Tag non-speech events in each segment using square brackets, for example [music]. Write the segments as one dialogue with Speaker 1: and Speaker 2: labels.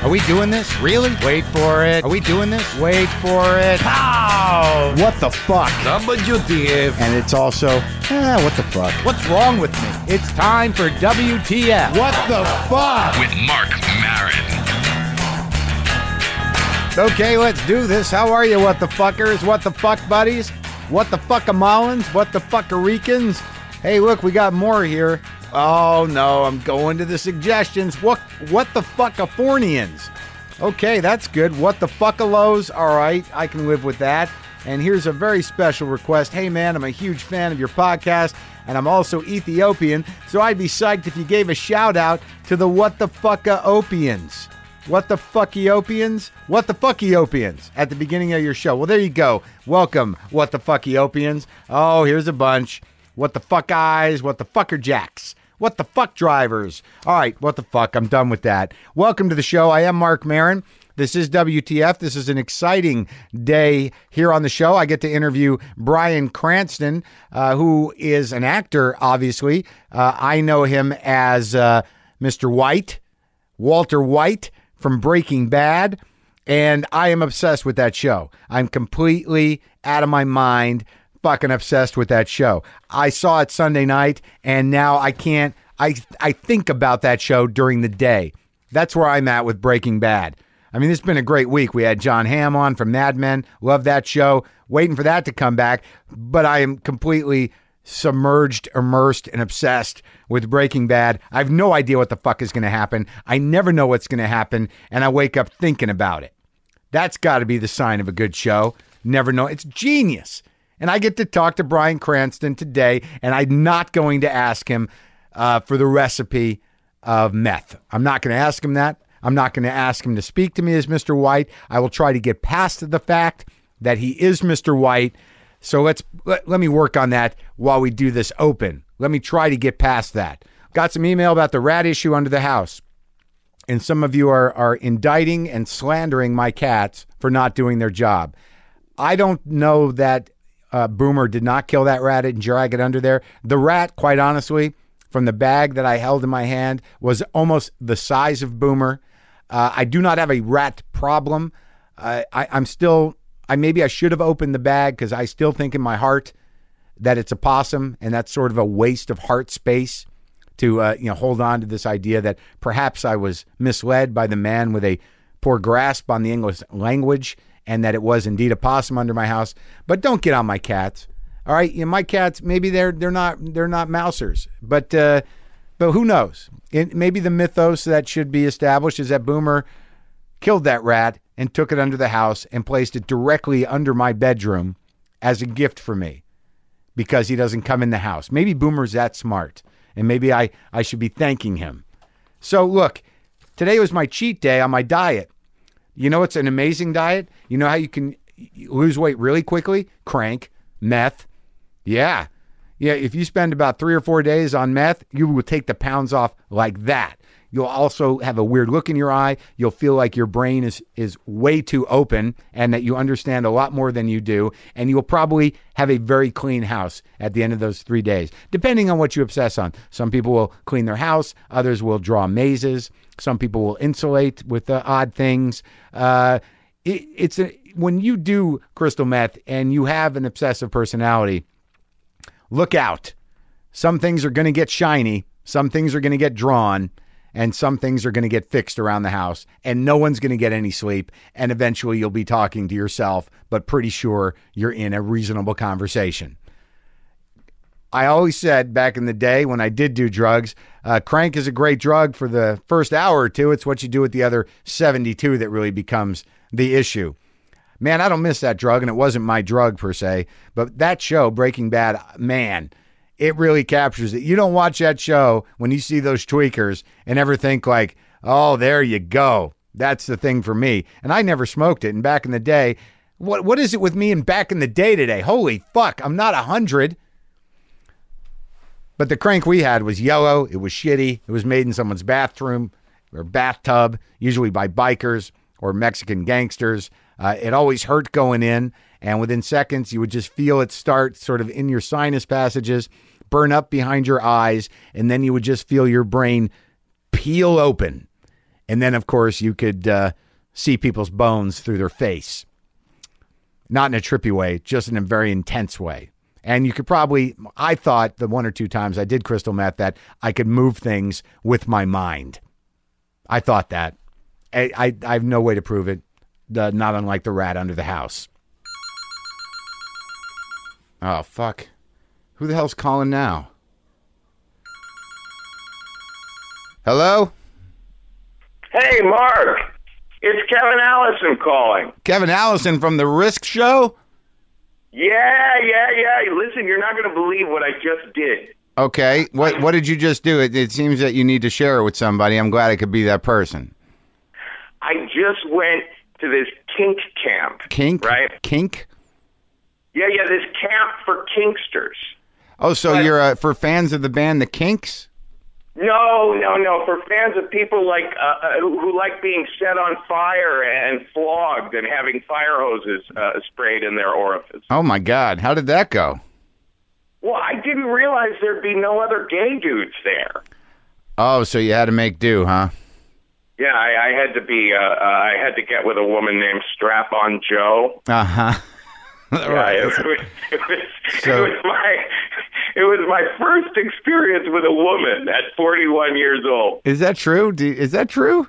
Speaker 1: Are we doing this? Really? Wait for it. Are we doing this? Wait for it. Pow! What the fuck?
Speaker 2: WTF.
Speaker 1: And it's also, eh, what the fuck? What's wrong with me? It's time for WTF. What the fuck?
Speaker 3: With Mark Marin.
Speaker 1: Okay, let's do this. How are you, what the fuckers? What the fuck buddies? What the fuck Mullins? What the fuck Ricans? Hey, look, we got more here. Oh no, I'm going to the suggestions. What what the fuck Fornians? Okay, that's good. What the fuckalos? All right, I can live with that. And here's a very special request. Hey man, I'm a huge fan of your podcast, and I'm also Ethiopian, so I'd be psyched if you gave a shout out to the what the fuckaopians. What the fuck Eopians? What the fuck Eopians? At the beginning of your show. Well, there you go. Welcome, what the fuck Eopians. Oh, here's a bunch. What the fuck eyes? What the fucker jacks? What the fuck drivers? All right, what the fuck? I'm done with that. Welcome to the show. I am Mark Marin. This is WTF. This is an exciting day here on the show. I get to interview Brian Cranston, uh, who is an actor, obviously. Uh, I know him as uh, Mr. White. Walter White from Breaking Bad, and I am obsessed with that show. I'm completely out of my mind, fucking obsessed with that show. I saw it Sunday night, and now I can't. I I think about that show during the day. That's where I'm at with Breaking Bad. I mean, it's been a great week. We had John Hamm on from Mad Men. Love that show. Waiting for that to come back, but I am completely submerged, immersed, and obsessed with Breaking Bad. I have no idea what the fuck is going to happen. I never know what's going to happen, and I wake up thinking about it. That's got to be the sign of a good show. Never know. It's genius. And I get to talk to Brian Cranston today, and I'm not going to ask him uh, for the recipe of meth. I'm not going to ask him that. I'm not going to ask him to speak to me as Mr. White. I will try to get past the fact that he is Mr. White. So let's let, let me work on that while we do this open. Let me try to get past that. Got some email about the rat issue under the house. And some of you are are indicting and slandering my cats for not doing their job. I don't know that uh, Boomer did not kill that rat and drag it under there. The rat, quite honestly, from the bag that I held in my hand, was almost the size of Boomer. Uh, I do not have a rat problem. Uh, I, I'm still, I maybe I should have opened the bag because I still think in my heart that it's a possum, and that's sort of a waste of heart space to uh, you know hold on to this idea that perhaps I was misled by the man with a poor grasp on the English language, and that it was indeed a possum under my house. But don't get on my cats. All right, you know, my cats maybe they're they're not they're not mousers, but uh, but who knows? It, maybe the mythos that should be established is that Boomer killed that rat and took it under the house and placed it directly under my bedroom as a gift for me because he doesn't come in the house. Maybe Boomer's that smart, and maybe I, I should be thanking him. So, look, today was my cheat day on my diet. You know, it's an amazing diet. You know how you can lose weight really quickly? Crank, meth. Yeah. Yeah. If you spend about three or four days on meth, you will take the pounds off like that. You'll also have a weird look in your eye. You'll feel like your brain is, is way too open and that you understand a lot more than you do. And you'll probably have a very clean house at the end of those three days, depending on what you obsess on. Some people will clean their house, others will draw mazes, some people will insulate with uh, odd things. Uh, it, it's a, when you do crystal meth and you have an obsessive personality, look out. Some things are going to get shiny, some things are going to get drawn, and some things are going to get fixed around the house, and no one's going to get any sleep. And eventually you'll be talking to yourself, but pretty sure you're in a reasonable conversation. I always said back in the day when I did do drugs, uh, crank is a great drug for the first hour or two. It's what you do with the other 72 that really becomes the issue man, I don't miss that drug, and it wasn't my drug per se, but that show, Breaking Bad, man, it really captures it. You don't watch that show when you see those tweakers and ever think like, oh, there you go. That's the thing for me. And I never smoked it. And back in the day, what what is it with me and back in the day today? Holy fuck, I'm not a hundred. But the crank we had was yellow. It was shitty. It was made in someone's bathroom or bathtub, usually by bikers or Mexican gangsters. Uh, it always hurt going in, and within seconds, you would just feel it start sort of in your sinus passages, burn up behind your eyes, and then you would just feel your brain peel open. And then, of course, you could uh, see people's bones through their face. Not in a trippy way, just in a very intense way. And you could probably, I thought the one or two times I did crystal meth that I could move things with my mind. I thought that. I, I, I have no way to prove it. The, not unlike the rat under the house. Oh, fuck. Who the hell's calling now? Hello?
Speaker 4: Hey, Mark. It's Kevin Allison calling.
Speaker 1: Kevin Allison from The Risk Show?
Speaker 4: Yeah, yeah, yeah. Listen, you're not going to believe what I just did.
Speaker 1: Okay. What what did you just do? It, it seems that you need to share it with somebody. I'm glad I could be that person.
Speaker 4: I just went to this kink camp.
Speaker 1: Kink?
Speaker 4: Right.
Speaker 1: Kink?
Speaker 4: Yeah, yeah, this camp for kinksters.
Speaker 1: Oh, so you're uh, for fans of the band The Kinks?
Speaker 4: No, no, no. For fans of people like uh, uh, who like being set on fire and flogged and having fire hoses uh, sprayed in their orifice.
Speaker 1: Oh my god. How did that go?
Speaker 4: Well, I didn't realize there'd be no other gay dudes there.
Speaker 1: Oh, so you had to make do, huh?
Speaker 4: Yeah, I, I had to be. Uh, uh, I had to get with a woman named Strap On Joe.
Speaker 1: Uh-huh. All
Speaker 4: Yeah,
Speaker 1: right.
Speaker 4: it was, [laughs] it was,
Speaker 1: So-
Speaker 4: it was my. It was my first experience with a woman at 41 years old.
Speaker 1: Is that true? Do, is that true?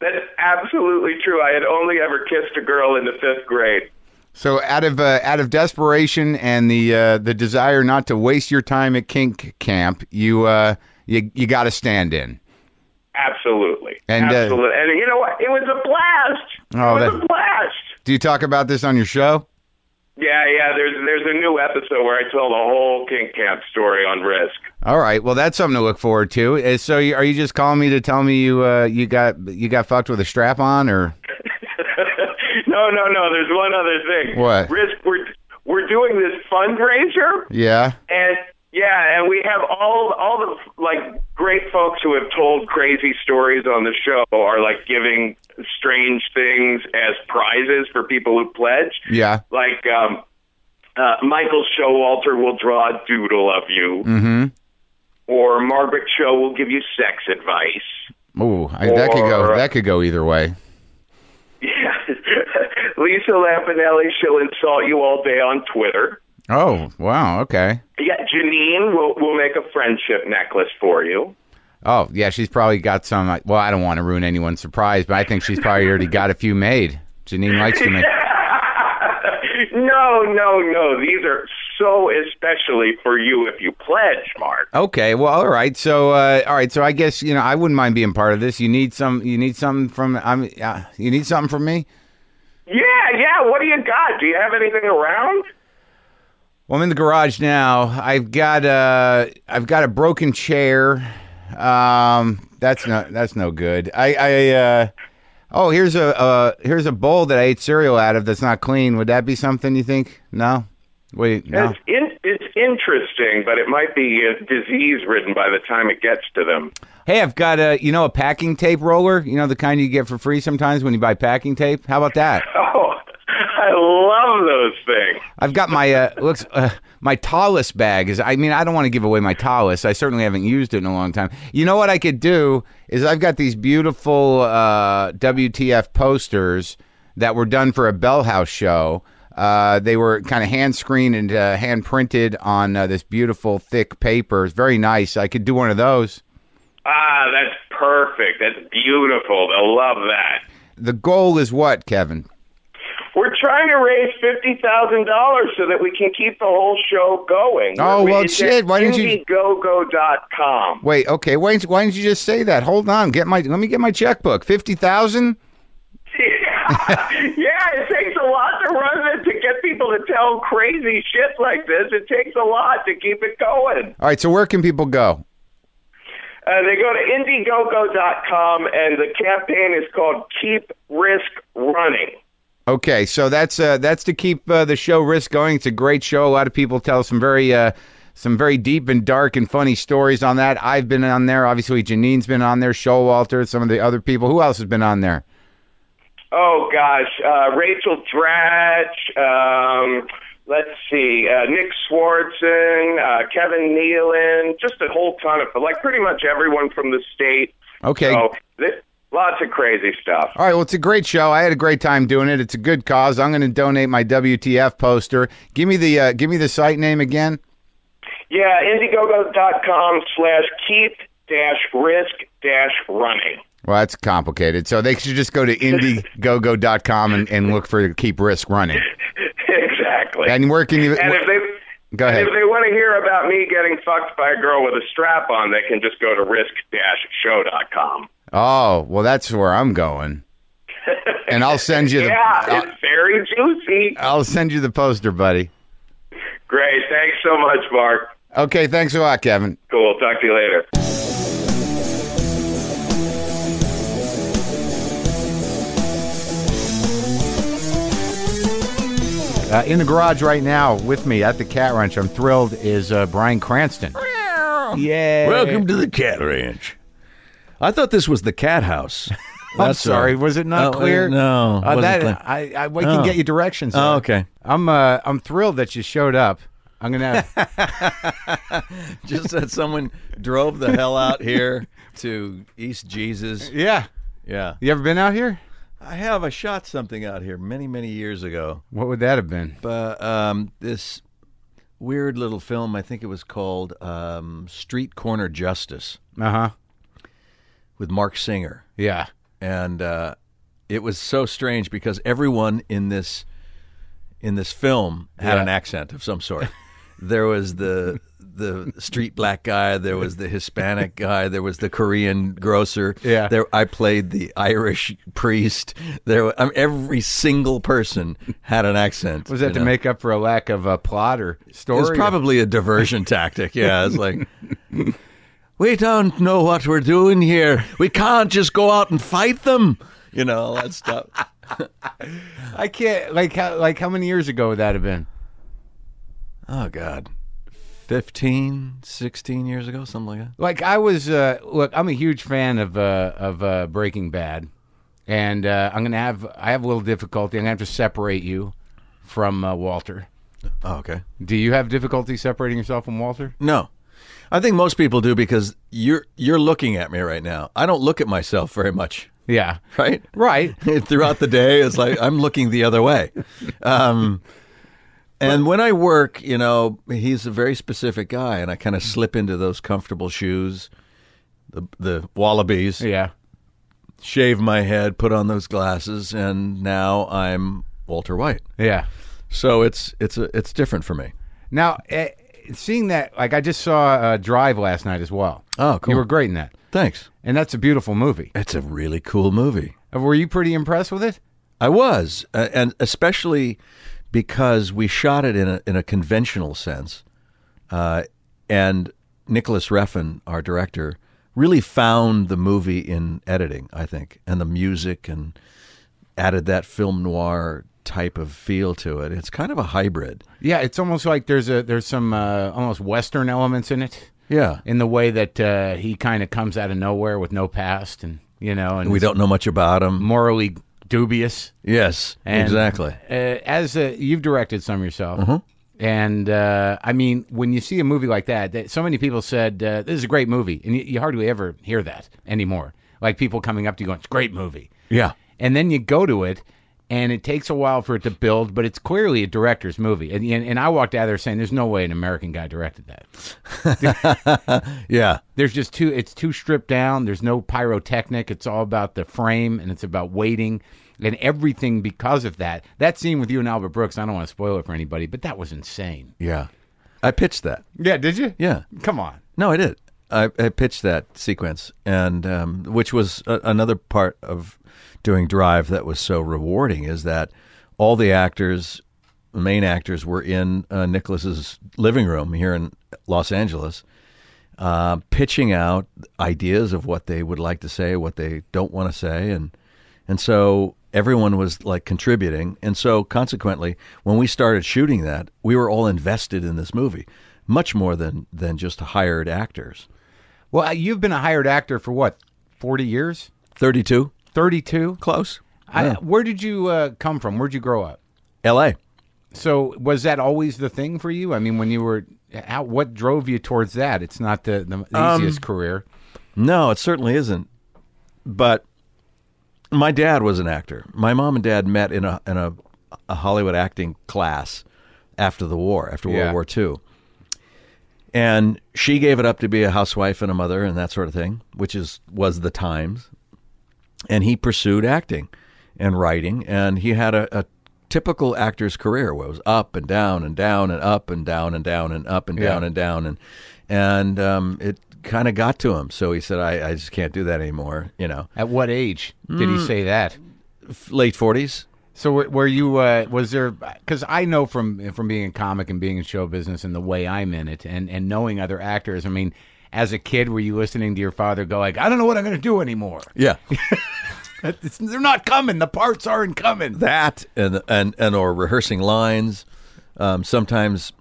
Speaker 4: That's absolutely true. I had only ever kissed a girl in the fifth grade.
Speaker 1: So out of uh, out of desperation and the uh, the desire not to waste your time at kink camp, you uh, you you got to stand in.
Speaker 4: Absolutely.
Speaker 1: And, uh,
Speaker 4: absolutely. and you know what? It was a blast.
Speaker 1: Oh,
Speaker 4: it was
Speaker 1: that-
Speaker 4: a blast.
Speaker 1: Do you talk about this on your show?
Speaker 4: Yeah, yeah. There's there's a new episode where I tell the whole kink camp story on risk. [laughs]
Speaker 1: All right. Well, that's something to look forward to. Uh, So, you- are you just calling me to tell me you uh, you got you got fucked with a strap on, or
Speaker 4: no, no, no. There's one other thing.
Speaker 1: What?
Speaker 4: Risk. We're we're doing this fundraiser,
Speaker 1: yeah?
Speaker 4: and yeah, and we have all all the like great folks who have told crazy stories on the show are like giving strange things as prizes for people who pledge.
Speaker 1: Yeah.
Speaker 4: Like um, uh, Michael Showalter will draw a doodle of you,
Speaker 1: Mm-hmm.
Speaker 4: or Margaret Show will give you sex advice. [laughs]
Speaker 1: Ooh, I, that could go.
Speaker 4: Or-
Speaker 1: That could go either way.
Speaker 4: Yeah. Lisa Lampanelli, she'll insult you all day on Twitter.
Speaker 1: Oh, wow. Okay.
Speaker 4: Yeah, Janine will will make a friendship necklace for you.
Speaker 1: Oh, yeah. She's probably got some. like, Well, I don't want to ruin anyone's surprise, but I think she's probably already got a few made. Janine likes to make.
Speaker 4: [laughs] no, no, no. These are so especially for you if you pledge, Mark.
Speaker 1: Okay. Well, all right. So, uh, all right. So, I guess you know I wouldn't mind being part of this. You need some. You need something from. I'm. Uh, you need something from me.
Speaker 4: Yeah, yeah. What do you got? Do you have anything around?
Speaker 1: Well, I'm in the garage now. I've got a I've got a broken chair. Um, that's not that's no good. I I uh, oh here's a uh, here's a bowl that I ate cereal out of that's not clean. Would that be something you think? No. Wait, no.
Speaker 4: It's in, it's interesting, but it might be a disease ridden by the time it gets to them. [laughs]
Speaker 1: Hey, I've got a you know a packing tape roller. You know the kind you get for free sometimes when you buy packing tape. How about that?
Speaker 4: Oh, I love those things.
Speaker 1: I've got my uh, looks uh, my Tallis bag is. I mean, I don't want to give away my Tallis. I certainly haven't used it in a long time. You know what I could do is I've got these beautiful uh, WTF posters that were done for a Bell House show. Uh, they were kind of hand screened and uh, hand printed on uh, this beautiful thick paper. It's very nice. I could do one of those.
Speaker 4: Ah, that's perfect. That's beautiful. They'll love that.
Speaker 1: The goal is what, Kevin?
Speaker 4: We're trying to raise fifty thousand dollars so that we can keep the whole show going.
Speaker 1: Oh,
Speaker 4: We-
Speaker 1: well,
Speaker 4: it's
Speaker 1: shit,
Speaker 4: at
Speaker 1: why didn't you-
Speaker 4: Indiegogo.com.
Speaker 1: Wait, okay. Why, didn't- why didn't you just say that? Hold on. Get my let me get my checkbook. Fifty thousand.
Speaker 4: [laughs] yeah, it takes a lot to run it to get people to tell crazy shit like this. It takes a lot to keep it going.
Speaker 1: All right. So where can people go?
Speaker 4: Uh, they go to Indiegogo.com, and the campaign is called "Keep Risk Running."
Speaker 1: Okay, so that's uh, that's to keep uh, the show risk going. It's a great show. A lot of people tell some very uh, some very deep and dark and funny stories on that. I've been on there. Obviously, Janine's been on there. Showalter, some of the other people. Who else has been on there?
Speaker 4: Oh gosh, uh, Rachel Dratch. Um, let's see, uh, Nick Swartzen, uh, Kevin Nealon, just a whole ton of like pretty much everyone from the state.
Speaker 1: Okay,
Speaker 4: So, thi- Lots of crazy stuff.
Speaker 1: All right, well, it's a great show. I had a great time doing it. It's a good cause. I'm going to donate my WTF poster. Give me the uh, give me the site name again.
Speaker 4: Yeah, Indiegogo.com slash keep dash risk dash running. [laughs]
Speaker 1: Well, that's complicated. So they should just go to Indiegogo.com and, and look for Keep Risk Running.
Speaker 4: exactly.
Speaker 1: And where can you?
Speaker 4: And if they
Speaker 1: Go ahead.
Speaker 4: and if they want to hear about me getting fucked by a girl with a strap on, they can just go to risk-show.com.
Speaker 1: Oh, well, that's where I'm going. And I'll send you the
Speaker 4: Yeah, it's very juicy.
Speaker 1: I'll send you the poster, buddy.
Speaker 4: Great. Thanks so much, Mark.
Speaker 1: Okay, thanks a lot, Kevin.
Speaker 4: Cool. Talk to you later.
Speaker 1: Uh, in the garage right now with me at the Cat Ranch, I'm thrilled, is uh, Brian Cranston. Yeah.
Speaker 2: Welcome to the cat ranch. I thought this was the cat house.
Speaker 1: I'm
Speaker 2: That's
Speaker 1: sorry.
Speaker 2: all.
Speaker 1: Was it [laughs] not
Speaker 2: Oh, uh,
Speaker 1: clear?
Speaker 2: no,
Speaker 1: Uh,
Speaker 2: wasn't
Speaker 1: that,
Speaker 2: clear.
Speaker 1: [laughs] I, I we can
Speaker 2: Oh.
Speaker 1: get you directions. there.
Speaker 2: Oh, okay.
Speaker 1: I'm uh, I'm thrilled that you showed up. I'm gonna
Speaker 2: [laughs]
Speaker 1: have,
Speaker 2: Just that someone drove the hell out here to East Jesus.
Speaker 1: yeah.
Speaker 2: Yeah.
Speaker 1: You ever been out here?
Speaker 2: I have. I shot something out here many, many years ago.
Speaker 1: What would that have been?
Speaker 2: But um, this weird little film, I think it was called um, Street Corner Justice
Speaker 1: Uh huh.
Speaker 2: with Mark Singer.
Speaker 1: Yeah.
Speaker 2: and uh, it was so strange because everyone in this in this film had
Speaker 1: Yeah.
Speaker 2: an accent of some sort. [laughs] there was the the street black guy, there was the Hispanic guy, there was the Korean grocer.
Speaker 1: Yeah.
Speaker 2: there I played the Irish priest. There, wa- I mean, every single person had an accent.
Speaker 1: Was that
Speaker 2: you
Speaker 1: to
Speaker 2: know.
Speaker 1: make up for a lack of a plot or
Speaker 2: It
Speaker 1: story?
Speaker 2: was probably a diversion tactic. Yeah, it's like. We don't know what we're doing here. We can't just go out and fight them. You know, all that stuff.
Speaker 1: I can't. Like how like how many years ago would that have been?
Speaker 2: oh god 15 16 years ago something like that
Speaker 1: Like I was. Uh, look, I'm a huge fan of uh, of uh, Breaking Bad, and uh, I'm gonna have I have a little difficulty. I'm gonna have to separate you from uh, Walter.
Speaker 2: oh okay
Speaker 1: Do you have difficulty separating yourself from Walter?
Speaker 2: no i think most people do because you're you're looking at me right now i don't look at myself very much
Speaker 1: Yeah.
Speaker 2: right
Speaker 1: Right.
Speaker 2: [laughs] throughout the day it's like i'm looking the other way um and when I work, you know, he's a very specific guy, and I kind of slip into those comfortable shoes, the the wallabies,
Speaker 1: Yeah.
Speaker 2: shave my head, put on those glasses, and now I'm Walter White.
Speaker 1: Yeah.
Speaker 2: So it's it's a, it's different for me.
Speaker 1: Now, eh, seeing that, like I just saw uh, Drive last night as well.
Speaker 2: Oh, cool.
Speaker 1: You were great in that,
Speaker 2: Thanks.
Speaker 1: and that's a beautiful movie.
Speaker 2: It's a really cool movie.
Speaker 1: Uh, Were you pretty impressed with it?
Speaker 2: I was, uh, and especially because we shot it in a in a conventional sense, uh, and Nicholas Reffin, our director, really found the movie in editing. I think, and the music, and added that film noir type of feel to it. It's kind of a hybrid.
Speaker 1: Yeah, it's almost like there's a there's some uh, almost western elements in it,
Speaker 2: Yeah,
Speaker 1: in the way that uh, he kind of comes out of nowhere with no past, and you know, and
Speaker 2: we don't know much about him.
Speaker 1: morally dubious.
Speaker 2: Yes,
Speaker 1: And,
Speaker 2: exactly.
Speaker 1: Uh, as uh, you've directed some yourself,
Speaker 2: Mm-hmm.
Speaker 1: and uh, I mean, when you see a movie like that, that so many people said uh, this is a great movie, and you, you hardly ever hear that anymore. Like people coming up to you going, "It's a great movie,"
Speaker 2: Yeah,
Speaker 1: and then you go to it, and it takes a while for it to build, but it's clearly a director's movie. And and, and I walked out of there saying, "There's no way an American guy directed that."
Speaker 2: yeah.
Speaker 1: There's just too it's too stripped down. There's no pyrotechnic. It's all about the frame and it's about waiting and everything because of that. That scene with you and Albert Brooks, I don't want to spoil it for anybody, but that was insane.
Speaker 2: Yeah. I pitched that.
Speaker 1: Yeah, did you?
Speaker 2: Yeah.
Speaker 1: Come on.
Speaker 2: No, I did. I, I pitched that sequence, and um, which was a, another part of doing Drive that was so rewarding is that all the actors, the main actors, were in uh, Nicholas's living room here in Los Angeles, uh, pitching out ideas of what they would like to say, what they don't want to say, and and so everyone was like contributing, and so consequently, when we started shooting that, we were all invested in this movie, much more than than just hired actors.
Speaker 1: Well, you've been a hired actor for what? 40 years?
Speaker 2: Thirty two,
Speaker 1: 32?
Speaker 2: close.
Speaker 1: I, where did you uh, come from? Where'd you grow up?
Speaker 2: L.A.
Speaker 1: So was that always the thing for you? I mean, when you were how what drove you towards that? Um, It's not the, the easiest career.
Speaker 2: No, it certainly isn't. But my dad was an actor. My mom and dad met in a in a, a Hollywood acting class after the war, after
Speaker 5: Yeah.
Speaker 2: World War II. And she gave it up to be a housewife and a mother and that sort of thing, which is was the times. And he pursued acting and writing, and he had a, a typical actor's career where it was up and down and down and up and down and down and up and down
Speaker 5: Yeah.
Speaker 2: and down and and um, it kind of got to him. So he said, I, I just can't do that anymore, you know.
Speaker 1: At what age did he say that?
Speaker 2: Late forties.
Speaker 1: So were, were you? Uh, was there? Because I know from from being a comic and being in show business and the way I'm in it, and and knowing other actors. I mean, as a kid, were you listening to your father go like, "I don't know what I'm going to do anymore. [laughs]
Speaker 2: Yeah.
Speaker 1: It's, they're not coming. The parts aren't coming."
Speaker 2: that and and and or rehearsing lines. Um, sometimes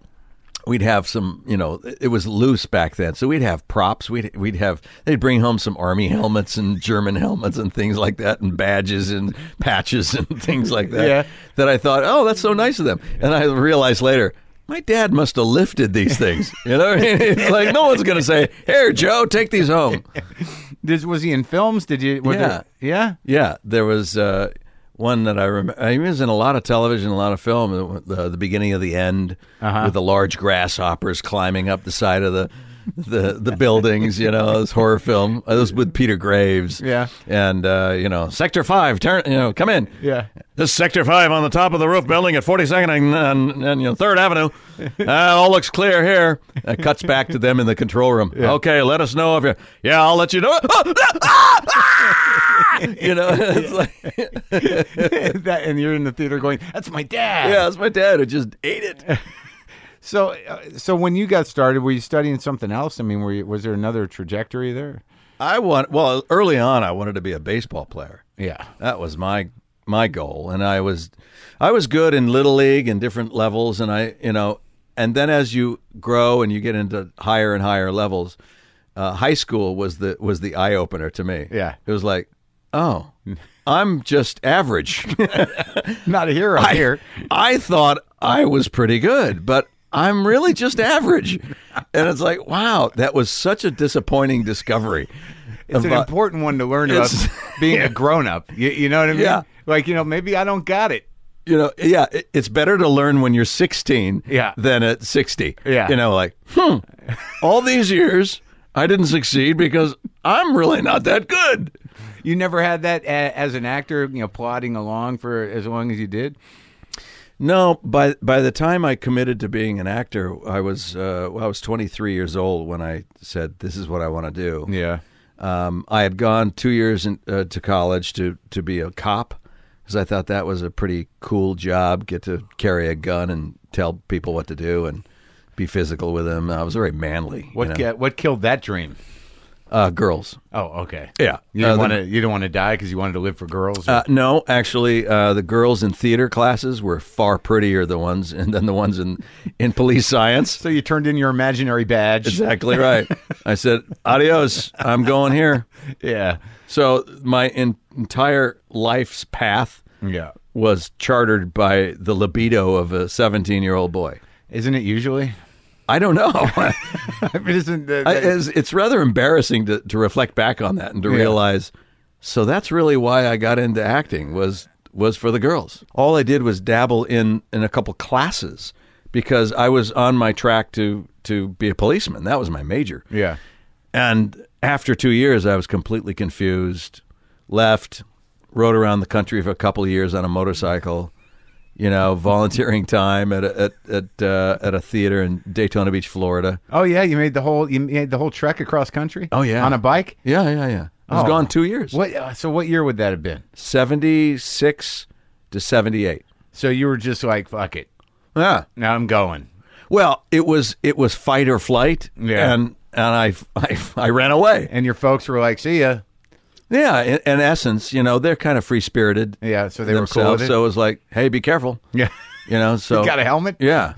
Speaker 2: we'd have some, you know, it was loose back then, so we'd have props. We'd we'd have they'd bring home some army helmets and German helmets and things like that, and badges and patches and [laughs] things like that.
Speaker 1: Yeah.
Speaker 2: That I thought, oh, that's so nice of them, and I realized later. My dad must have lifted these things. You know, [laughs] it's like no one's going to say, "Here, Joe, take these home."
Speaker 1: This, was he in films? Did you? were there- yeah.
Speaker 2: Yeah, there was uh, one that I remember. He was in a lot of television, a lot of film. The, the beginning of the end with the large grasshoppers climbing up the side of the the the buildings. You know, this horror film. It was with Peter Graves.
Speaker 1: Yeah.
Speaker 2: and uh, you know, Sector Five, turn. You know, come in.
Speaker 1: Yeah.
Speaker 2: This is Sector 5 on the top of the roof building at 42nd and, and, and, you know, 3rd Avenue. Uh, it all looks clear here. It cuts back to them in the control room. Okay, let us know if you. Yeah, I'll let you know. [laughs] you know, [laughs] it's like,
Speaker 1: [laughs] that, and you're in the theater going, "That's my dad."
Speaker 2: yeah, it's my dad who just ate it.
Speaker 1: So, uh, so when you got started, were you studying something else? I mean, were you, was there another trajectory there?
Speaker 2: I want, well, early on, I wanted to be a baseball player.
Speaker 1: Yeah.
Speaker 2: That was my my goal, and I was I was good in little league and different levels, and I you know, and then as you grow and you get into higher and higher levels, uh, high school was the was the eye opener to me.
Speaker 1: Yeah.
Speaker 2: it was like, oh, I'm just average. [laughs]
Speaker 1: Not a hero here.
Speaker 2: I thought I was pretty good, but I'm really just average. And it's like, wow, that was such a disappointing discovery.
Speaker 1: It's an
Speaker 2: about-
Speaker 1: important one to learn about
Speaker 2: It's- [laughs]
Speaker 1: being a grown up. You, you know what I mean?
Speaker 2: Yeah.
Speaker 1: Like, you know, maybe I don't got it.
Speaker 2: you know, yeah, it- it's better to learn when you're 16
Speaker 1: Yeah.
Speaker 2: than at 60.
Speaker 1: Yeah.
Speaker 2: You know, like, hmm, all these years I didn't succeed because I'm really not that good.
Speaker 1: You never had that a, as an actor, you know, plodding along for as long as you did.
Speaker 2: No, by by the time I committed to being an actor, I was uh, I was 23 years old when I said this is what I want to do.
Speaker 1: Yeah.
Speaker 2: Um, I had gone two years in, uh, to college to to be a cop because I thought that was a pretty cool job. Get to carry a gun and tell people what to do and be physical with them. I was very manly.
Speaker 1: What
Speaker 2: you know?
Speaker 1: ca- what killed that dream?
Speaker 2: uh, girls?
Speaker 1: Oh, okay.
Speaker 2: Yeah.
Speaker 1: You
Speaker 2: Uh,
Speaker 1: didn't
Speaker 2: the-
Speaker 1: want to. You didn't want to die because you wanted to live for girls. or-
Speaker 2: Uh, no, actually, uh, the girls in theater classes were far prettier the ones [laughs] and than the ones in in police science.
Speaker 1: so you turned in your imaginary
Speaker 2: [laughs]
Speaker 1: badge.
Speaker 2: Exactly right. [laughs] I said, "Adios, I'm going here."
Speaker 1: Yeah.
Speaker 2: So my en- entire life's path
Speaker 1: Yeah.
Speaker 2: was chartered by the libido of a 17-year-old boy.
Speaker 1: Isn't it usually? [laughs]
Speaker 2: I don't know.
Speaker 1: I mean, isn't the,
Speaker 2: I- it's, it's rather embarrassing to, to reflect back on that and to realize. So that's really why I got into acting was was for the girls. All I did was dabble in in a couple classes because I was on my track to to be a policeman. That was my major.
Speaker 1: yeah.
Speaker 2: And after two years, I was completely confused. Left, rode around the country for a couple of years on a motorcycle. You know, [laughs] volunteering time at a, at at, uh, at a theater in Daytona Beach, Florida.
Speaker 1: Oh yeah, you made the whole you made the whole trek across country.
Speaker 2: Oh, yeah.
Speaker 1: on a bike.
Speaker 2: Yeah, yeah, yeah. I was
Speaker 1: Oh.
Speaker 2: gone two years.
Speaker 1: What? Uh, so what year would that have been?
Speaker 2: Seventy six to seventy eight.
Speaker 1: So you were just like, fuck it,
Speaker 2: Yeah.
Speaker 1: now I'm going.
Speaker 2: Well, it was it was fight or flight.
Speaker 1: Yeah.
Speaker 2: And and I [laughs] I, I ran away.
Speaker 1: And your folks were like, see ya.
Speaker 2: Yeah. In, in essence, you know, they're kind of free spirited.
Speaker 1: Yeah, so they were cool
Speaker 2: themselves.
Speaker 1: with it.
Speaker 2: So it was like, hey, be careful.
Speaker 1: [laughs] yeah,
Speaker 2: You know, so
Speaker 1: got a helmet.
Speaker 2: Yeah.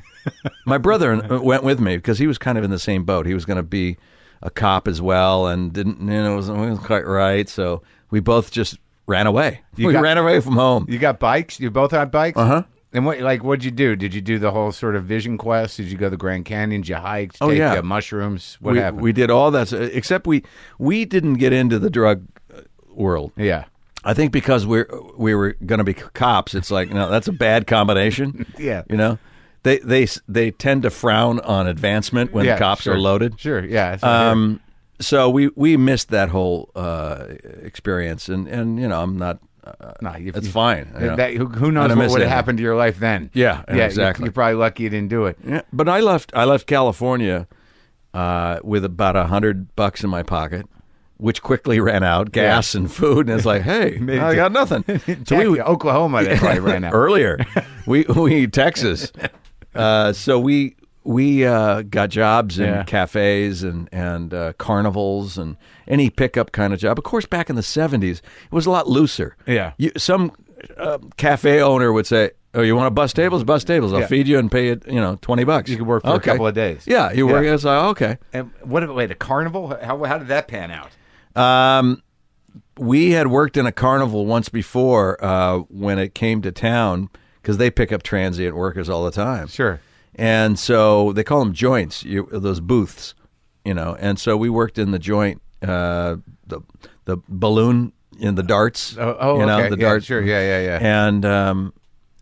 Speaker 2: My brother uh, went with me because he was kind of in the same boat. He was going to be a cop as well and didn't, you know, wasn't, wasn't quite right. So we both just ran away. we
Speaker 1: got-
Speaker 2: ran away from home.
Speaker 1: You got bikes. You both had bikes.
Speaker 2: Uh-huh.
Speaker 1: Uh huh. And what like what'd you do? Did you do the whole sort of vision quest? Did you go to the Grand Canyon? Did you hike?
Speaker 2: Oh,
Speaker 1: take,
Speaker 2: yeah.
Speaker 1: uh, mushrooms. What
Speaker 2: we,
Speaker 1: happened?
Speaker 2: we did all that, except we we didn't get into the drug uh, world.
Speaker 1: yeah.
Speaker 2: I think because we're we were going to be cops, it's like no, that's a bad combination.
Speaker 1: Yeah.
Speaker 2: you know, they they they tend to frown on advancement when
Speaker 1: Yeah,
Speaker 2: cops
Speaker 1: sure.
Speaker 2: are loaded.
Speaker 1: Sure, yeah. it's-
Speaker 2: Um, so we we missed that whole uh, experience, and and you know I'm not. Uh,
Speaker 1: Nah, you-
Speaker 2: it's
Speaker 1: you-
Speaker 2: fine. you know.
Speaker 1: that, who,
Speaker 2: I
Speaker 1: who knows
Speaker 2: don't
Speaker 1: what
Speaker 2: miss
Speaker 1: would have
Speaker 2: anything.
Speaker 1: happened to your life then?
Speaker 2: Yeah,
Speaker 1: yeah, you-
Speaker 2: exactly.
Speaker 1: You're probably lucky you didn't do it.
Speaker 2: Yeah, but I left. I left California uh, with about a hundred bucks in my pocket, which quickly ran out. Gas and food, and it's like,
Speaker 1: [laughs]
Speaker 2: hey, I got nothing.
Speaker 1: So
Speaker 2: [laughs]
Speaker 1: we Oklahoma they probably ran out.
Speaker 2: earlier. we we Texas. Uh, so we we uh, got jobs in
Speaker 1: Yeah.
Speaker 2: cafes and and uh, carnivals and any pickup kind of job. Of course, back in the seventies, it was a lot looser.
Speaker 1: Yeah.
Speaker 2: you, some uh, cafe owner would say. Oh, you want to bus tables? Bus tables. I'll
Speaker 1: Yeah.
Speaker 2: feed you and pay you, you know, twenty bucks.
Speaker 1: You could work for a couple of days.
Speaker 2: Yeah, you work. It's like okay.
Speaker 1: And what? Wait, a carnival? How, how did that pan out?
Speaker 2: we had worked in a carnival once before uh, when it came to town because they pick up transient workers all the time.
Speaker 1: Sure.
Speaker 2: And so they call them joints, you, those booths, you know. And so we worked in the joint, uh, the the balloon in the darts.
Speaker 1: Oh, oh,
Speaker 2: you know,
Speaker 1: okay.
Speaker 2: the
Speaker 1: Yeah,
Speaker 2: dart.
Speaker 1: sure. Yeah, yeah, yeah.
Speaker 2: And um,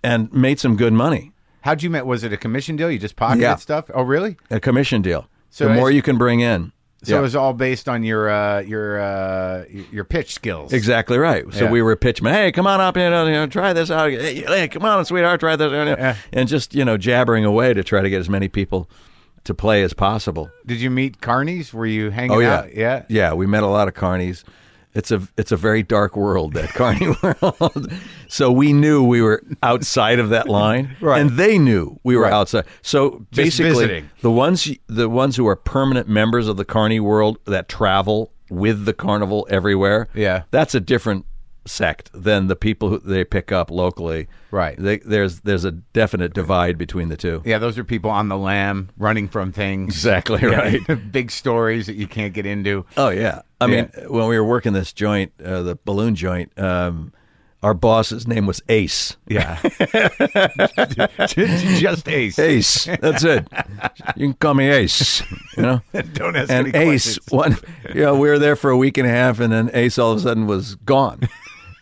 Speaker 2: and made some good money,
Speaker 1: How'd you met? Was it a commission deal? You just pocketed
Speaker 2: Yeah.
Speaker 1: stuff? Oh, really?
Speaker 2: a commission deal.
Speaker 1: So
Speaker 2: the
Speaker 1: I
Speaker 2: more
Speaker 1: s-
Speaker 2: you can bring in.
Speaker 1: So
Speaker 2: Yeah.
Speaker 1: it was all based on your uh, your uh, your pitch skills.
Speaker 2: Exactly right. So
Speaker 1: Yeah.
Speaker 2: we were pitching, hey, come on up, you know, you know, try this out. Hey, hey, come on, sweetheart, try this out. you know,
Speaker 1: Yeah.
Speaker 2: And just, you know, jabbering away to try to get as many people to play as possible.
Speaker 1: Did you meet carnies? Were you hanging
Speaker 2: Oh, yeah.
Speaker 1: out? Yeah.
Speaker 2: Yeah, we met a lot of carnies. It's a it's a very dark world that [laughs] carny world. so we knew we were outside of that line,
Speaker 1: [laughs] Right.
Speaker 2: and they knew we were
Speaker 1: Right.
Speaker 2: outside. So basically,
Speaker 1: visiting.
Speaker 2: the ones the ones who are permanent members of the carny world that travel with the carnival everywhere,
Speaker 1: Yeah.
Speaker 2: that's a different sect than the people who they pick up locally.
Speaker 1: Right.
Speaker 2: They, there's there's a definite divide between the two.
Speaker 1: Yeah, those are people on the lam, running from things.
Speaker 2: Exactly right.
Speaker 1: [laughs] Big stories that you can't get into.
Speaker 2: Oh yeah, I mean, when we were working this joint, uh, the balloon joint, um, our boss's name was Ace.
Speaker 1: Yeah. [laughs] Just ace.
Speaker 2: Ace, [laughs] that's it. you can call me Ace. You [laughs] know,
Speaker 1: Don't ask
Speaker 2: and
Speaker 1: any
Speaker 2: Ace,
Speaker 1: questions.
Speaker 2: one, yeah, we were there for a week and a half, and then Ace all of a sudden was [laughs] gone,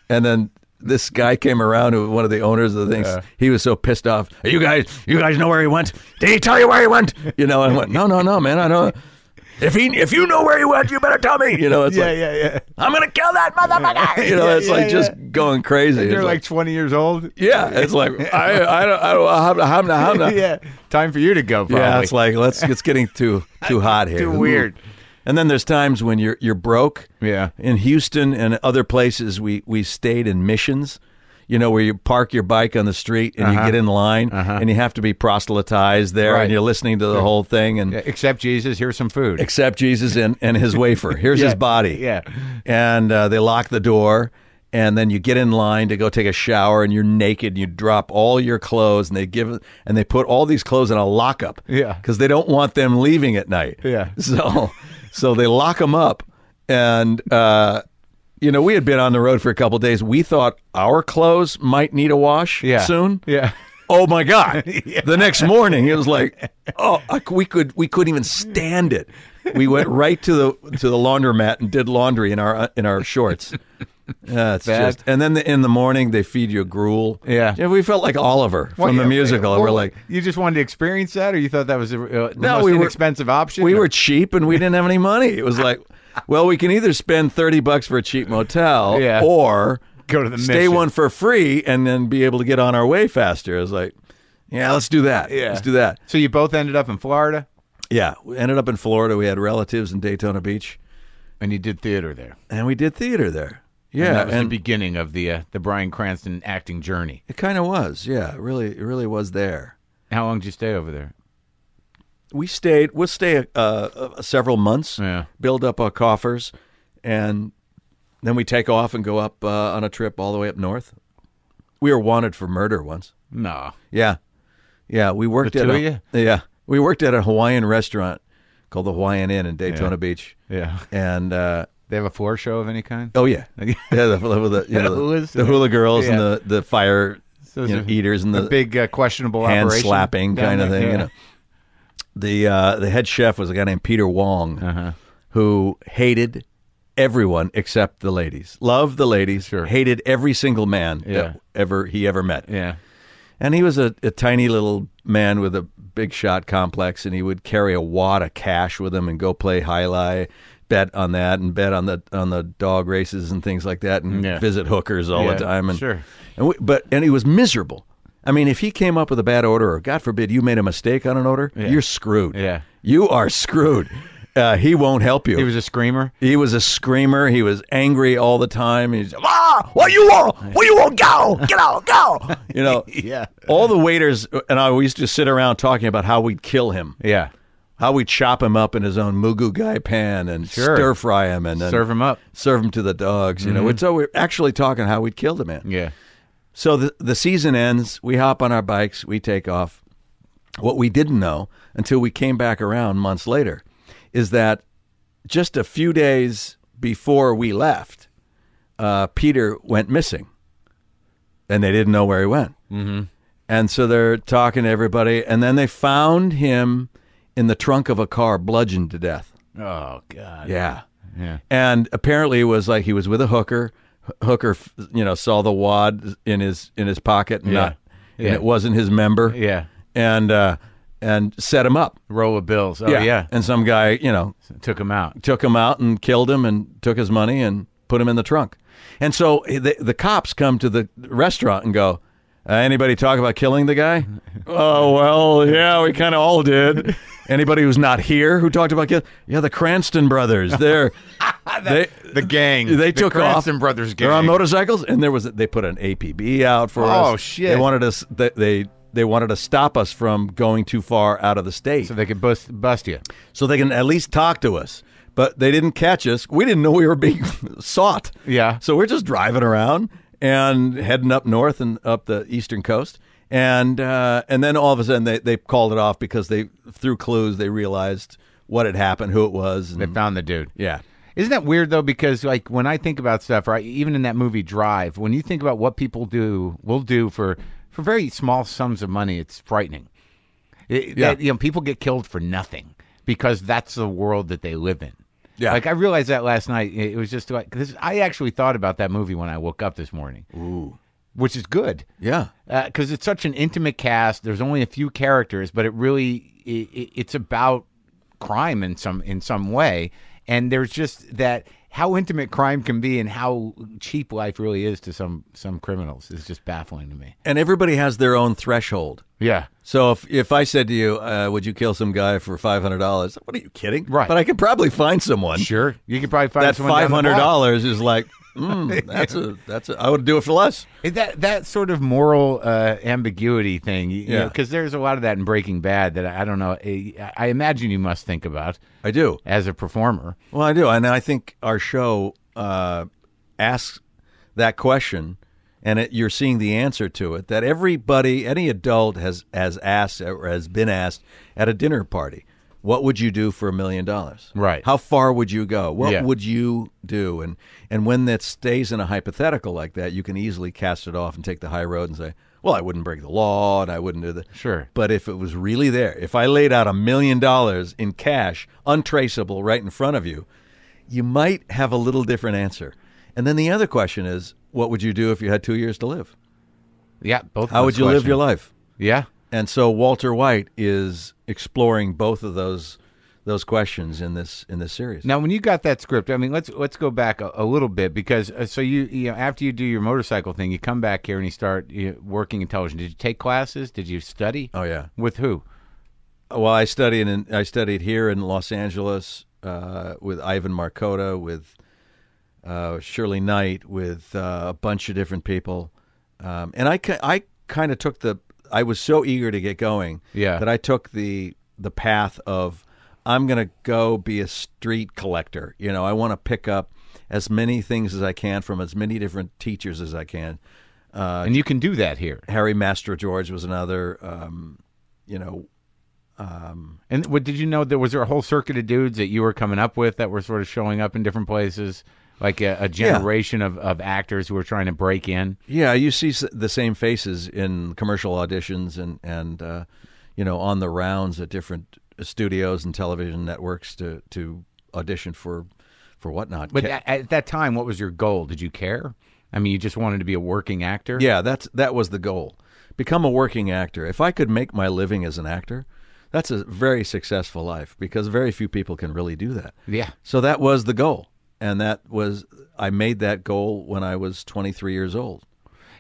Speaker 2: and then. This guy came around, who was one of the owners of the things. He was so pissed off. You guys, you guys know where he went. Did he tell you where he went? You know, and I went, no, no, no, man, I [laughs] know. If he, if you know where he went, you better tell me. You know, it's
Speaker 1: Yeah,
Speaker 2: like,
Speaker 1: yeah, yeah.
Speaker 2: I'm gonna kill that motherfucker. [laughs] You know,
Speaker 1: Yeah,
Speaker 2: it's
Speaker 1: yeah,
Speaker 2: like
Speaker 1: yeah.
Speaker 2: just going crazy.
Speaker 1: You're
Speaker 2: It's
Speaker 1: like 20 years old.
Speaker 2: [laughs] yeah, it's like I, I don't, I don't, how, how, how, how,
Speaker 1: [laughs] yeah. Time for you to go. Probably.
Speaker 2: yeah. It's like let's, it's getting too, too hot here.
Speaker 1: Too
Speaker 2: Ooh.
Speaker 1: weird.
Speaker 2: And then there's times when you're, you're broke.
Speaker 1: Yeah.
Speaker 2: In Houston and other places, we, we stayed in missions. You know, where you park your bike on the street and you get in line and you have to be proselytized there
Speaker 1: Uh-huh. Right.
Speaker 2: and you're listening to the whole thing and
Speaker 1: Except Jesus. Here's some food.
Speaker 2: accept Jesus and, and his wafer. Here's
Speaker 1: [laughs] Yeah,
Speaker 2: his body.
Speaker 1: yeah.
Speaker 2: And uh, they lock the door. And then you get in line to go take a shower, and you're naked. And you drop all your clothes, and they give and they put all these clothes in a lockup.
Speaker 1: Yeah.
Speaker 2: because they don't want them leaving at night.
Speaker 1: Yeah.
Speaker 2: so so they lock them up, and uh, you know we had been on the road for a couple of days. We thought our clothes might need a wash
Speaker 1: yeah.
Speaker 2: soon
Speaker 1: Yeah.
Speaker 2: oh my
Speaker 1: [laughs]
Speaker 2: god the next morning it was like oh I c- we could we couldn't even stand it we went right to the to the laundromat and did laundry in our in our shorts Uh, it's
Speaker 1: Bad.
Speaker 2: just, and then the, in the morning they feed you gruel.
Speaker 1: Yeah.
Speaker 2: we felt like Oliver from
Speaker 1: Well,
Speaker 2: the
Speaker 1: yeah,
Speaker 2: musical.
Speaker 1: well,
Speaker 2: we're like,
Speaker 1: you just wanted to experience that, or you thought that was a, uh, the
Speaker 2: No,
Speaker 1: most
Speaker 2: we were-
Speaker 1: inexpensive option?
Speaker 2: we were cheap and we didn't have any money. It was like, well, we can either spend thirty bucks for a cheap motel,
Speaker 1: Yeah.
Speaker 2: or
Speaker 1: [laughs] Go to the
Speaker 2: stay
Speaker 1: mission.
Speaker 2: one for free and then be able to get on our way faster. I was like, yeah, let's do that.
Speaker 1: Yeah.
Speaker 2: let's do that.
Speaker 1: So you both ended up in Florida,
Speaker 2: Yeah, we ended up in Florida. We had relatives in Daytona Beach,
Speaker 1: and you did theater there.
Speaker 2: and we did theater there.
Speaker 1: and
Speaker 2: Yeah,
Speaker 1: that was
Speaker 2: and,
Speaker 1: the beginning of the uh, the Brian Cranston acting journey.
Speaker 2: it kind of was. Yeah, it really, it really was there.
Speaker 1: How long did you stay over there?
Speaker 2: We stayed. We'll stay uh, uh, several months.
Speaker 1: Yeah.
Speaker 2: Build up our coffers, and then we take off and go up uh, on a trip all the way up north. We were wanted for murder once.
Speaker 1: No,
Speaker 2: Yeah, yeah. We worked
Speaker 1: The
Speaker 2: at
Speaker 1: two
Speaker 2: a,
Speaker 1: of you?
Speaker 2: yeah. We worked at a Hawaiian restaurant called the Hawaiian Inn in Daytona Beach.
Speaker 1: Yeah.
Speaker 2: and. Uh,
Speaker 1: they have a floor show of any kind. [laughs]
Speaker 2: Oh yeah, yeah. The, the, the, you know, the,
Speaker 1: Hula's-
Speaker 2: the hula girls and
Speaker 1: Yeah.
Speaker 2: the the fire
Speaker 1: So
Speaker 2: you
Speaker 1: it's
Speaker 2: know,
Speaker 1: a-
Speaker 2: eaters and the,
Speaker 1: a big uh, questionable
Speaker 2: hand
Speaker 1: operation
Speaker 2: slapping
Speaker 1: down
Speaker 2: kind of
Speaker 1: there.
Speaker 2: thing.
Speaker 1: Yeah.
Speaker 2: You know,
Speaker 1: Uh-huh.
Speaker 2: the uh, the head chef was a guy named Peter Wong, who hated everyone except the ladies. Loved the ladies.
Speaker 1: Sure.
Speaker 2: Hated every single man
Speaker 1: Yeah.
Speaker 2: that ever he ever met.
Speaker 1: Yeah.
Speaker 2: And he was a, a tiny little man with a big shot complex, and he would carry a wad of cash with him and go play high lie, bet on that, and bet on the on the dog races and things like that, and
Speaker 1: Yeah.
Speaker 2: visit hookers all
Speaker 1: Yeah,
Speaker 2: the time. And
Speaker 1: sure.
Speaker 2: and we, but and he was miserable. I mean, if he came up with a bad order, or God forbid, you made a mistake on an order, you're screwed.
Speaker 1: Yeah.
Speaker 2: you are screwed. Uh, he won't help you.
Speaker 1: He was a screamer.
Speaker 2: He was a screamer. He was angry all the time. He's ah, what do you want? What do you want? Go, get out,
Speaker 1: [laughs]
Speaker 2: go. You know,
Speaker 1: Yeah.
Speaker 2: All the waiters and I we used to sit around talking about how we'd kill him,
Speaker 1: Yeah.
Speaker 2: how we'd chop him up in his own mugu gai pan and
Speaker 1: Sure.
Speaker 2: stir fry him and then
Speaker 1: Serve him Mm-hmm. up.
Speaker 2: serve him to the dogs. You know, and so we're actually talking how we'd kill the man.
Speaker 1: Yeah.
Speaker 2: So the, the season ends. We hop on our bikes. We take off. What we didn't know until we came back around months later is that just a few days before we left, uh, Peter went missing and they didn't know where he went. Mm-hmm. And so they're talking to everybody. And then they found him in the trunk of a car, bludgeoned to death.
Speaker 1: Oh God.
Speaker 2: Yeah.
Speaker 1: Yeah.
Speaker 2: And apparently it was like he was with a hooker. H- Hooker, f- you know, saw the wad in his in his pocket, and
Speaker 1: Yeah.
Speaker 2: not,
Speaker 1: Yeah.
Speaker 2: and it wasn't his member.
Speaker 1: Yeah.
Speaker 2: and uh, and set him up.
Speaker 1: Roll of bills. Oh yeah.
Speaker 2: and some guy, you know,
Speaker 1: Took him out.
Speaker 2: took him out and killed him and took his money and put him in the trunk. And so eh, the, the cops come to the restaurant and go, uh, anybody talk about killing the
Speaker 1: [laughs]
Speaker 2: guy? oh, well, yeah, we kind of all did. Anybody who's not here who talked about killing? Yeah, the Cranston brothers.
Speaker 1: [laughs]
Speaker 2: They're they,
Speaker 1: The gang.
Speaker 2: they
Speaker 1: The
Speaker 2: took
Speaker 1: Cranston
Speaker 2: off.
Speaker 1: Brothers
Speaker 2: They're on
Speaker 1: gang.
Speaker 2: motorcycles, and there was they put an APB out for us.
Speaker 1: Oh, shit.
Speaker 2: They wanted us. They, they they wanted to stop us from going too far out of the state,
Speaker 1: So they could bust bust you.
Speaker 2: so they can at least talk to us. But they didn't catch us. We didn't know we were being [laughs] sought.
Speaker 1: Yeah.
Speaker 2: So we're just driving around and heading up north and up the eastern coast. And uh, and then all of a sudden they, they called it off because they through clues they realized what had happened, who it was.
Speaker 1: They
Speaker 2: And,
Speaker 1: found the dude.
Speaker 2: yeah.
Speaker 1: Isn't that weird though? Because like when I think about stuff, right? Even in that movie Drive, when you think about what people do, will do for for very small sums of money, it's frightening. It-
Speaker 2: Yeah.
Speaker 1: that, you know, people get killed for nothing because that's the world that they live in.
Speaker 2: Yeah.
Speaker 1: Like I realized that last night. It it was just like this. I actually thought about that movie when I woke up this morning. Ooh. Which is good
Speaker 2: Yeah.
Speaker 1: because Uh, it's such an intimate cast. There's only a few characters, but it really i i it's about crime in some in some way. And there's just that how intimate crime can be and how cheap life really is to some some criminals is just baffling to me.
Speaker 2: And everybody has their own threshold.
Speaker 1: Yeah,
Speaker 2: So if if I said to you, uh, would you kill some guy for five hundred dollars? What are you kidding?
Speaker 1: Right.
Speaker 2: But I could probably find someone.
Speaker 1: sure. You could probably find
Speaker 2: That
Speaker 1: someone down
Speaker 2: five
Speaker 1: the
Speaker 2: hundred
Speaker 1: block.
Speaker 2: dollars is like, mm, that's a that's a. I would do it for less.
Speaker 1: that that sort of moral uh, ambiguity thing.
Speaker 2: Yeah.
Speaker 1: yeah, because there's a lot of that in Breaking Bad that I, I don't know. I, I imagine you must think about
Speaker 2: I do.
Speaker 1: as a performer.
Speaker 2: Well, I do, and I think our show uh, asks that question, and it, you're seeing the answer to it. That everybody, any adult, has has asked or has been asked at a dinner party, "What would you do for a million dollars?
Speaker 1: Right.
Speaker 2: How far would you go? What
Speaker 1: Yeah.
Speaker 2: would you do?" And and when that stays in a hypothetical like that, you can easily cast it off and take the high road and say. Well, I wouldn't break the law, and I wouldn't do the
Speaker 1: Sure.
Speaker 2: But if it was really there, if I laid out a million dollars in cash, untraceable, right in front of you, you might have a little different answer. And then the other question is, what would you do if you had two years to live?
Speaker 1: Yeah, both. of
Speaker 2: How would
Speaker 1: those
Speaker 2: you live your
Speaker 1: questions.
Speaker 2: life?
Speaker 1: Yeah.
Speaker 2: And so Walter White is exploring both of those those questions in this in this series.
Speaker 1: Now, when you got that script, I mean, let's let's go back a, a little bit because uh, so you you know after you do your motorcycle thing, you come back here and you start you know, working in television. Did you take classes? Did you study?
Speaker 2: oh yeah.
Speaker 1: With who?
Speaker 2: Well, I studied in I studied here in Los Angeles uh, with Ivan Marcota, with uh, Shirley Knight, with uh, a bunch of different people, um, and I ki- I kind of took the I was so eager to get going
Speaker 1: Yeah.
Speaker 2: that I took the the path of I'm gonna go be a street collector. You know, I want to pick up as many things as I can from as many different teachers as I can. uh,
Speaker 1: and you can do that here.
Speaker 2: Harry Master George was another, um, you know,
Speaker 1: And what did you know? There was there a whole circuit of dudes that you were coming up with that were sort of showing up in different places, like a, a generation of, of actors who were trying to break in.
Speaker 2: Yeah, you see s- the same faces in commercial auditions and and uh, you know on the uh, rounds at different studios and television networks to to audition for for whatnot.
Speaker 1: But
Speaker 2: Ca-
Speaker 1: a- at that time, what was your goal? Did you care? I mean, you just wanted to be a working actor.
Speaker 2: Yeah, that's that was the goal. Become a working actor. If I could make my living as an actor, that's a very successful life because very few people can really do that.
Speaker 1: Yeah.
Speaker 2: So that was the goal. And that was I made that goal when I was 23 years old.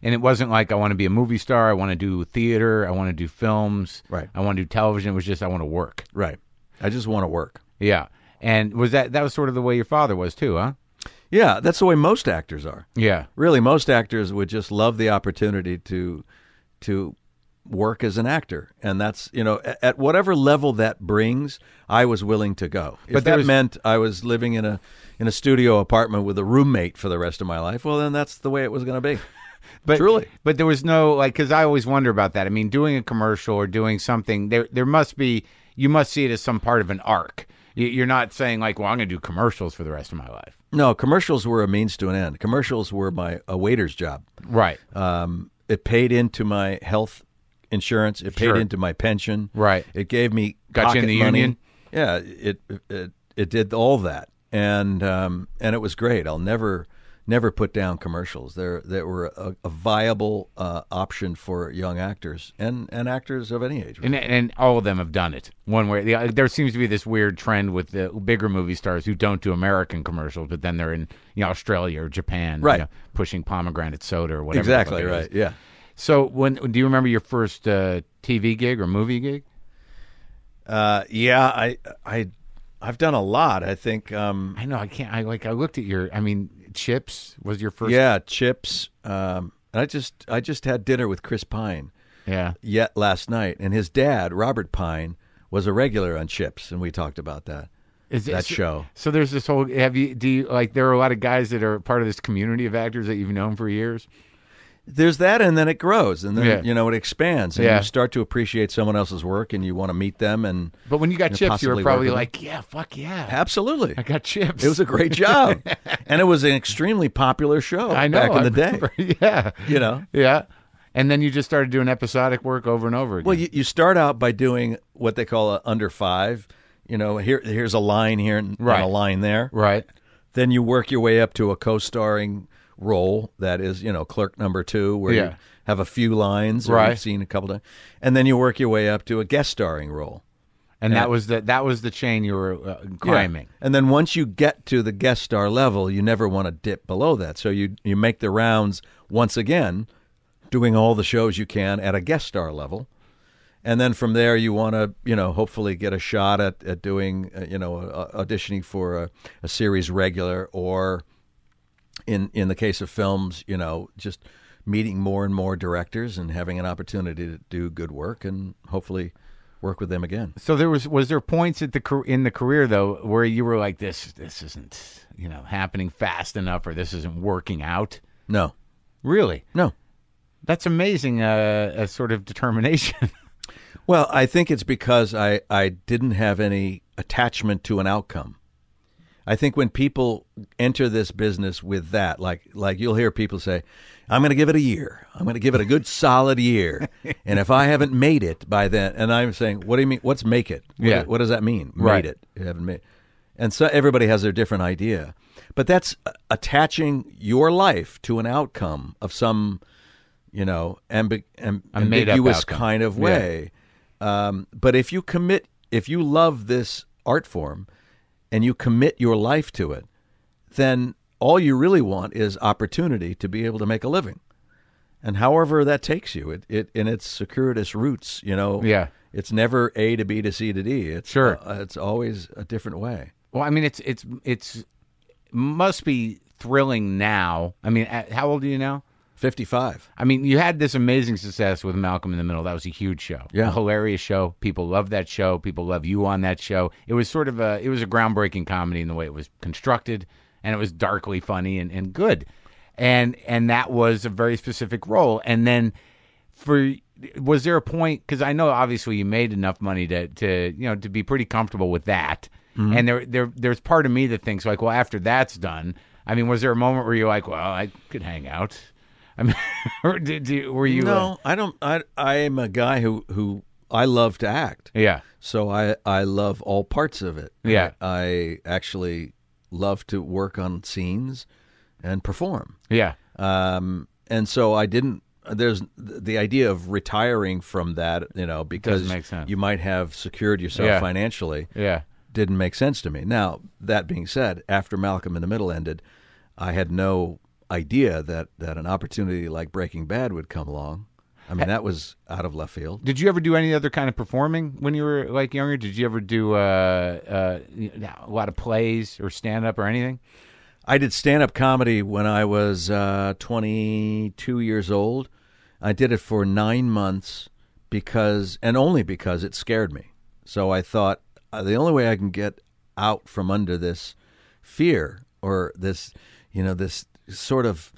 Speaker 1: and it wasn't like I want to be a movie star. I want to do theater. I want to do films.
Speaker 2: Right.
Speaker 1: I want to do television. It was just I want to work.
Speaker 2: Right. I just want to work.
Speaker 1: Yeah. And was that that was sort of the way your father was too, huh?
Speaker 2: Yeah, that's the way most actors are.
Speaker 1: Yeah.
Speaker 2: Really, most actors would just love the opportunity to to work as an actor, and that's you know a- at whatever level that brings, I was willing to go.
Speaker 1: But
Speaker 2: if
Speaker 1: there
Speaker 2: that
Speaker 1: was-
Speaker 2: meant I was living in a in a studio apartment with a roommate for the rest of my life, well, then that's the way it was going to be.
Speaker 1: But
Speaker 2: Truly.
Speaker 1: but there was no like because I always wonder about that. I mean, doing a commercial or doing something there there must be you must see it as some part of an arc. You- You're not saying like, well, I'm going to do commercials for the rest of my life.
Speaker 2: no, commercials were a means to an end. Commercials were my a waiter's job.
Speaker 1: Right.
Speaker 2: Um, it paid into my health insurance. It paid
Speaker 1: Sure.
Speaker 2: into my pension.
Speaker 1: Right.
Speaker 2: It gave me
Speaker 1: Got you in
Speaker 2: pocket
Speaker 1: the
Speaker 2: money.
Speaker 1: union?
Speaker 2: Yeah. It it it did all that, and um, and it was great. I'll never never put down commercials. There there were a, a viable uh, option for young actors and and actors of any age.
Speaker 1: And, and all of them have done it one way. The, there seems to be this weird trend with the bigger movie stars who don't do American commercials, but then they're in you know, Australia or Japan, you
Speaker 2: Right.
Speaker 1: know, pushing pomegranate soda or whatever. the fuck
Speaker 2: exactly
Speaker 1: it
Speaker 2: right.
Speaker 1: is.
Speaker 2: Yeah.
Speaker 1: So, when do you remember your first uh, TV gig or movie gig?
Speaker 2: Uh, yeah. I I I've done a lot. I think. Um,
Speaker 1: I know I can't. I like I looked at your. I mean, Chips was your first.
Speaker 2: yeah. Chips. Um, and I just I just had dinner with Chris Pine.
Speaker 1: yeah.
Speaker 2: yet last night, and his dad, Robert Pine, was a regular on Chips, and we talked about that.
Speaker 1: Is
Speaker 2: That
Speaker 1: is-
Speaker 2: show.
Speaker 1: So there's this whole. Have you? Do you like? There are a lot of guys that are part of this community of actors that you've known for years.
Speaker 2: There's that, and then it grows, and then
Speaker 1: Yeah.
Speaker 2: you know it expands, and
Speaker 1: Yeah.
Speaker 2: you start to appreciate someone else's work, and you want to meet them, and
Speaker 1: But when you got
Speaker 2: And
Speaker 1: Chips, you
Speaker 2: possibly
Speaker 1: were
Speaker 2: work
Speaker 1: probably
Speaker 2: with them.
Speaker 1: like, yeah, fuck yeah,
Speaker 2: absolutely,
Speaker 1: I got Chips.
Speaker 2: it was a great
Speaker 1: [laughs]
Speaker 2: job, and it was an extremely popular show
Speaker 1: I know.
Speaker 2: [laughs] back in
Speaker 1: I [laughs]
Speaker 2: the day.
Speaker 1: remember. yeah.
Speaker 2: You know,
Speaker 1: Yeah. And then you just started doing episodic work over and over again.
Speaker 2: Well, you, you start out by doing what they call a under five. You know, here here's a line here and, and
Speaker 1: Right.
Speaker 2: a line there.
Speaker 1: right.
Speaker 2: then you work your way up to a co-starring role that is you know clerk number two where
Speaker 1: Yeah.
Speaker 2: you have a few lines or
Speaker 1: Right.
Speaker 2: you've seen a couple times and then you work your way up to a guest starring role
Speaker 1: And that was the that was the chain you were uh, climbing.
Speaker 2: and then once you get to the guest star level you never want to dip below that so you you make the rounds once again doing all the shows you can at a guest star level and then from there you want to you know hopefully get a shot at, at doing uh, you know uh, auditioning for a, a series regular or in in the case of films you know just meeting more and more directors and having an opportunity to do good work and hopefully work with them again
Speaker 1: So there was was there points at the car- in the career though where you were like this this isn't you know happening fast enough or this isn't working out.
Speaker 2: no
Speaker 1: Really,
Speaker 2: no
Speaker 1: that's amazing. Uh, a sort of determination. [laughs]
Speaker 2: Well, I think it's because I, I didn't have any attachment to an outcome. I think when people enter this business with that, like like you'll hear people say, "I'm going to give it a year. I'm going to give it a
Speaker 1: [laughs]
Speaker 2: good solid year." and if I haven't made it by then, and I'm saying, "What do you mean? What's make it? What,
Speaker 1: Yeah.
Speaker 2: What does that mean? Made
Speaker 1: Right.
Speaker 2: it? You haven't made." And so everybody has their different idea, but that's uh, attaching your life to an outcome of some, you know, ambi- am-
Speaker 1: A made-up
Speaker 2: ambiguous
Speaker 1: outcome.
Speaker 2: kind of
Speaker 1: Yeah.
Speaker 2: way. Um, but if you commit, if you love this art form and you commit your life to it, then all you really want is opportunity to be able to make a living. And however that takes you, it, it in its circuitous routes, you know,
Speaker 1: Yeah.
Speaker 2: it's never A to B to C to D. It's
Speaker 1: Sure.
Speaker 2: uh, it's always a different way.
Speaker 1: well, I mean it's it's it's must be thrilling now. I mean, at, how old are you now?
Speaker 2: Fifty-five.
Speaker 1: I mean, you had this amazing success with Malcolm in the Middle. That was a huge show.
Speaker 2: Yeah.
Speaker 1: A hilarious show. People love that show. People love you on that show. It was sort of a it was a groundbreaking comedy in the way it was constructed and it was darkly funny and, and good. And and that was a very specific role. And then for was there a point because I know obviously you made enough money to to you know to be pretty comfortable with that. And there there there's part of me that thinks like, well, after that's done, I mean, was there a moment where you're like, well, I could hang out? I mean, [laughs] or did, you were you? uh,
Speaker 2: No, I don't. I I am a guy who who I love to act.
Speaker 1: yeah.
Speaker 2: So I I love all parts of it.
Speaker 1: Yeah.
Speaker 2: I actually love to work on scenes and perform.
Speaker 1: Yeah.
Speaker 2: Um, and so I didn't. There's the idea of retiring from that, you know, because
Speaker 1: make sense.
Speaker 2: you might have secured yourself
Speaker 1: Yeah.
Speaker 2: financially.
Speaker 1: Yeah.
Speaker 2: Didn't make sense to me. Now, that being said, after Malcolm in the Middle ended, I had no idea that, that an opportunity like Breaking Bad would come along. I mean, that was out of left field.
Speaker 1: Did you ever do any other kind of performing when you were like younger? Did you ever do uh, uh, a lot of plays or stand up or anything?
Speaker 2: I did stand up comedy when I was uh, 22 years old. I did it for nine months because, and only because it scared me. So I thought uh, the only way I can get out from under this fear or this, you know, this sort of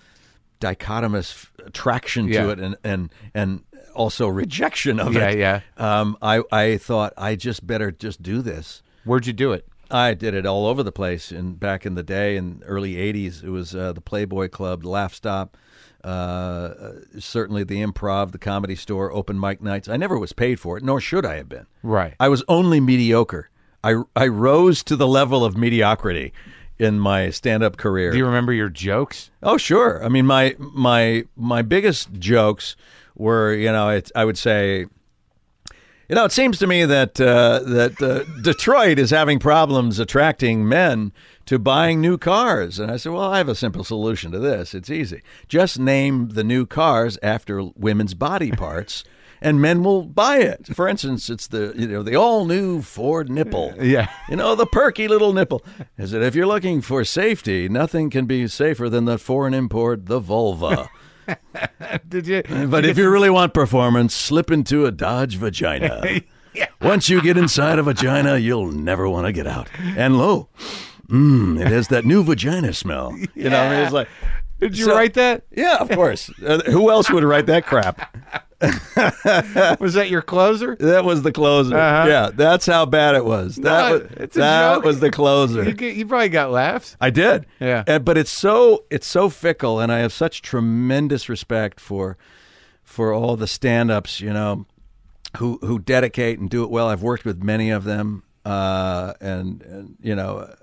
Speaker 2: dichotomous f- attraction
Speaker 1: Yeah.
Speaker 2: to it and, and, and also rejection of
Speaker 1: Yeah,
Speaker 2: it.
Speaker 1: yeah.
Speaker 2: Um, I, I thought I just better just do this.
Speaker 1: Where'd you do it?
Speaker 2: I did it all over the place. And back in the day, in early '80s, it was uh, the Playboy Club, the Laugh Stop, uh, uh, certainly the Improv, the Comedy Store, open mic nights. I never was paid for it, nor should I have been.
Speaker 1: Right.
Speaker 2: I was only mediocre. I I rose to the level of mediocrity in my stand-up career.
Speaker 1: Do you remember your jokes?
Speaker 2: Oh, sure. I mean, my my my biggest jokes were, you know, it's I would say, you know, it seems to me that uh, that uh, Detroit is having problems attracting men to buying new cars, and I said, well, I have a simple solution to this. It's easy. Just name the new cars after women's body parts. And men will buy it. For instance, it's the you know the all new Ford nipple.
Speaker 1: Yeah.
Speaker 2: You know, the perky little nipple. Is that if you're looking for safety, nothing can be safer than the foreign import, the
Speaker 1: [laughs]
Speaker 2: vulva.
Speaker 1: [laughs] Did you?
Speaker 2: But if you really want performance, slip into a Dodge
Speaker 1: [laughs]
Speaker 2: vagina. Once you get inside a vagina, you'll never want to get out. And lo, mm, it has that new vagina smell. You know, I mean, it's like,
Speaker 1: Did you
Speaker 2: So-
Speaker 1: write that?
Speaker 2: yeah, of course. Uh, who else would write that crap?
Speaker 1: Was that your closer?
Speaker 2: That was the closer.
Speaker 1: Uh-huh.
Speaker 2: Yeah, that's how bad it was. That,
Speaker 1: No,
Speaker 2: was,
Speaker 1: it's a
Speaker 2: that
Speaker 1: joke.
Speaker 2: was the closer.
Speaker 1: [laughs] You, get- you probably got laughs.
Speaker 2: I did.
Speaker 1: Yeah.
Speaker 2: And, but it's so it's so fickle, and I have such tremendous respect for for all the stand-ups, you know, who who dedicate and do it well. I've worked with many of them, uh, and, and you know.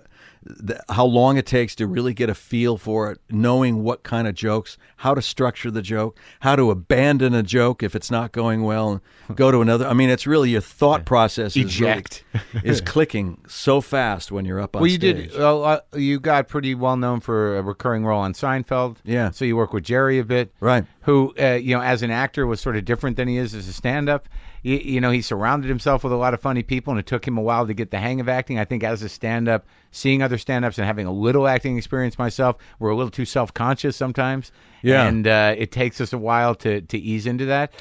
Speaker 2: The, how long it takes to really get a feel for it, knowing what kind of jokes, how to structure the joke, how to abandon a joke if it's not going well, and go to another. I mean, it's really your thought process is, really-
Speaker 1: Eject.
Speaker 2: is clicking so fast when you're up on
Speaker 1: Well, you
Speaker 2: stage.
Speaker 1: did. Well, uh, you got pretty well known for a recurring role on Seinfeld.
Speaker 2: Yeah.
Speaker 1: So you work with Jerry a bit,
Speaker 2: Right.
Speaker 1: Who, uh, you know, as an actor, was sort of different than he is as a stand-up. You, you know, he surrounded himself with a lot of funny people, and it took him a while to get the hang of acting. I think as a stand-up, seeing other stand-ups and having a little acting experience myself, we're a little too self-conscious sometimes.
Speaker 2: Yeah.
Speaker 1: And uh, it takes us a while to to ease into that.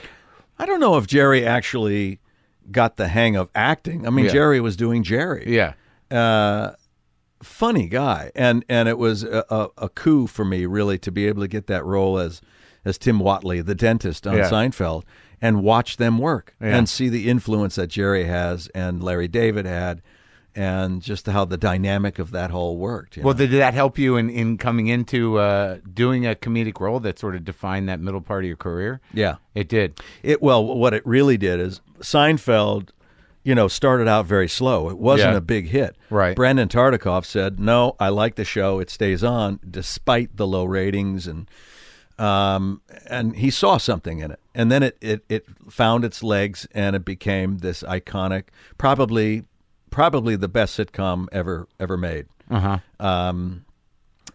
Speaker 2: I don't know if Jerry actually got the hang of acting. I mean,
Speaker 1: Yeah.
Speaker 2: Jerry was doing Jerry.
Speaker 1: Yeah.
Speaker 2: Funny guy. And and it was a, a, a coup for me really to be able to get that role as as Tim Watley, the dentist on
Speaker 1: Yeah.
Speaker 2: Seinfeld, and watch them work
Speaker 1: Yeah.
Speaker 2: and see the influence that Jerry has and Larry David had and just how the dynamic of that whole worked. you
Speaker 1: Well,
Speaker 2: know?
Speaker 1: did that help you in, in coming into uh, doing a comedic role that sort of defined that middle part of your career?
Speaker 2: yeah.
Speaker 1: It did.
Speaker 2: It well, what it really did is Seinfeld, you know, started out very slow. It wasn't
Speaker 1: Yeah.
Speaker 2: a big hit.
Speaker 1: Right.
Speaker 2: Brandon Tartikoff said, "No, I like the show. It stays on despite the low ratings and." Um, and he saw something in it, and then it, it, it found its legs, and it became this iconic, probably, probably the best sitcom ever ever made
Speaker 1: Uh-huh.
Speaker 2: Um,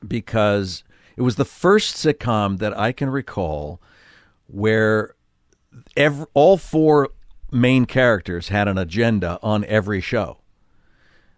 Speaker 2: because it was the first sitcom that I can recall where every, all four main characters had an agenda on every show,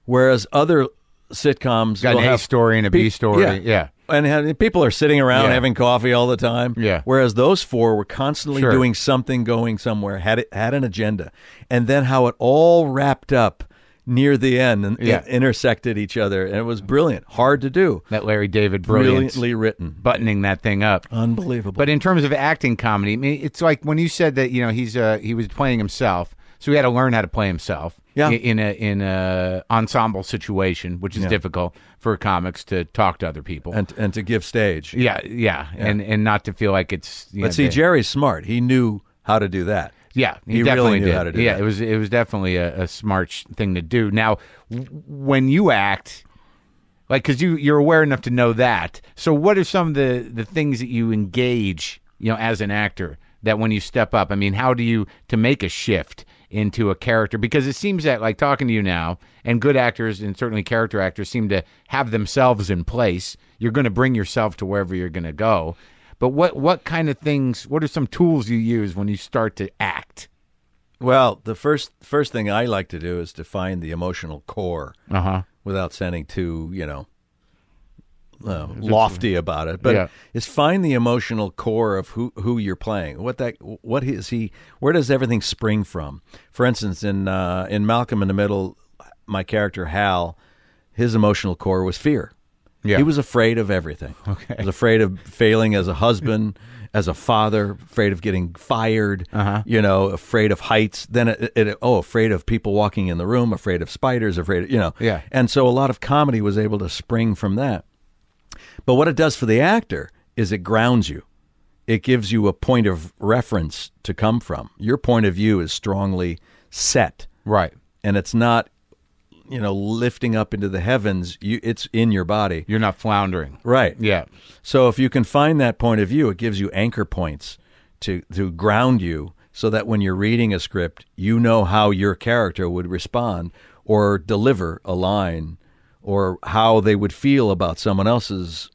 Speaker 2: whereas other sitcoms
Speaker 1: Got
Speaker 2: will
Speaker 1: an A
Speaker 2: have-
Speaker 1: story and a B story. Yeah.
Speaker 2: And had- people are sitting around
Speaker 1: Yeah.
Speaker 2: having coffee all the time.
Speaker 1: Yeah.
Speaker 2: Whereas those four were constantly
Speaker 1: Sure.
Speaker 2: doing something, going somewhere, had it, had an agenda, and then how it all wrapped up near the end and
Speaker 1: Yeah.
Speaker 2: and intersected each other, and it was brilliant, hard to do,
Speaker 1: That Larry David brilliance
Speaker 2: brilliantly written.
Speaker 1: buttoning that thing up.
Speaker 2: Uh. Unbelievable.
Speaker 1: But in terms of acting comedy, I mean, it's like when you said that you know he's uh, he was playing himself, so he had to learn how to play himself.
Speaker 2: Yeah.
Speaker 1: i- In a in a ensemble situation, which is difficult for comics to talk to other people.
Speaker 2: and and to give stage.
Speaker 1: yeah, yeah, and and not to feel like it's. You know,
Speaker 2: But see,
Speaker 1: they-
Speaker 2: Jerry's smart. He knew how to do that.
Speaker 1: Yeah, he,
Speaker 2: He really
Speaker 1: definitely
Speaker 2: knew
Speaker 1: did.
Speaker 2: how to do
Speaker 1: yeah,
Speaker 2: that.
Speaker 1: it was it was definitely a, a smart sh- thing to do. Now, w- when you act, Like, because you you're aware enough to know that. So, what are some of the the things that you engage, you know, as an actor that when you step up? I mean, how do you to make a shift into a character? Because it seems that like talking to you now, and good actors and certainly character actors seem to have themselves in place. You're going to bring yourself to wherever you're going to go. But what what kind of things? What are some tools you use when you start to act?
Speaker 2: Well, the first first thing I like to do is define the emotional core
Speaker 1: Uh huh.
Speaker 2: without sounding too, you know, uh, lofty about it. But
Speaker 1: Yeah.
Speaker 2: is find the emotional core of who who you're playing. What that what is he? Where does everything spring from? For instance, in uh, in Malcolm in the Middle, my character Hal, his emotional core was fear.
Speaker 1: Yeah.
Speaker 2: He was afraid of
Speaker 1: [laughs]
Speaker 2: everything. Okay. He was afraid of failing as a husband, [laughs] as a father, afraid of getting fired,
Speaker 1: Uh-huh.
Speaker 2: you know, afraid of heights. Then it, it, oh, afraid of people walking in the room, afraid of spiders, afraid of, you know.
Speaker 1: Yeah.
Speaker 2: And so a lot of comedy was able to spring from that. But what it does for the actor is it grounds you. It gives you a point of reference to come from. Your point of view is strongly set
Speaker 1: Right.
Speaker 2: and it's not you know lifting up into the heavens, you it's in your body.
Speaker 1: You're not floundering.
Speaker 2: Right.
Speaker 1: Yeah.
Speaker 2: So if you can find that point of view, it gives you anchor points to to ground you so that when you're reading a script, you know how your character would respond or deliver a line or how they would feel about someone else's,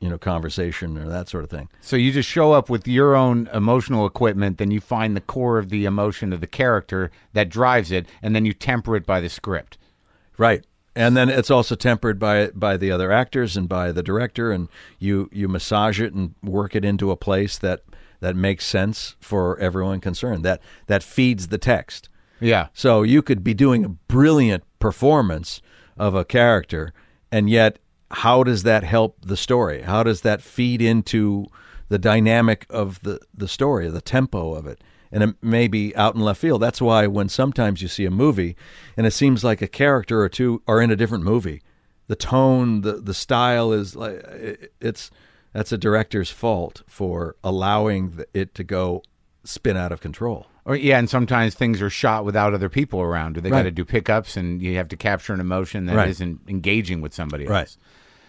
Speaker 2: you know, conversation or that sort of thing.
Speaker 1: So you just show up with your own emotional equipment, then you find the core of the emotion of the character that drives it, and then you temper it by the script.
Speaker 2: Right. And then it's also tempered by by the other actors and by the director, and you you massage it and work it into a place that that makes sense for everyone concerned. That that feeds the text.
Speaker 1: Yeah.
Speaker 2: So you could be doing a brilliant performance of a character, and yet how does that help the story? How does that feed into the dynamic of the, the story, the tempo of it? And it may be out in left field. That's why when sometimes you see a movie and it seems like a character or two are in a different movie, the tone, the, the style is like it- it's that's a director's fault for allowing the, it to go spin out of control.
Speaker 1: Or yeah, and sometimes things are shot without other people around, or they got to do pickups, and you have to capture an emotion that
Speaker 2: Right.
Speaker 1: not engaging with somebody else.
Speaker 2: Right.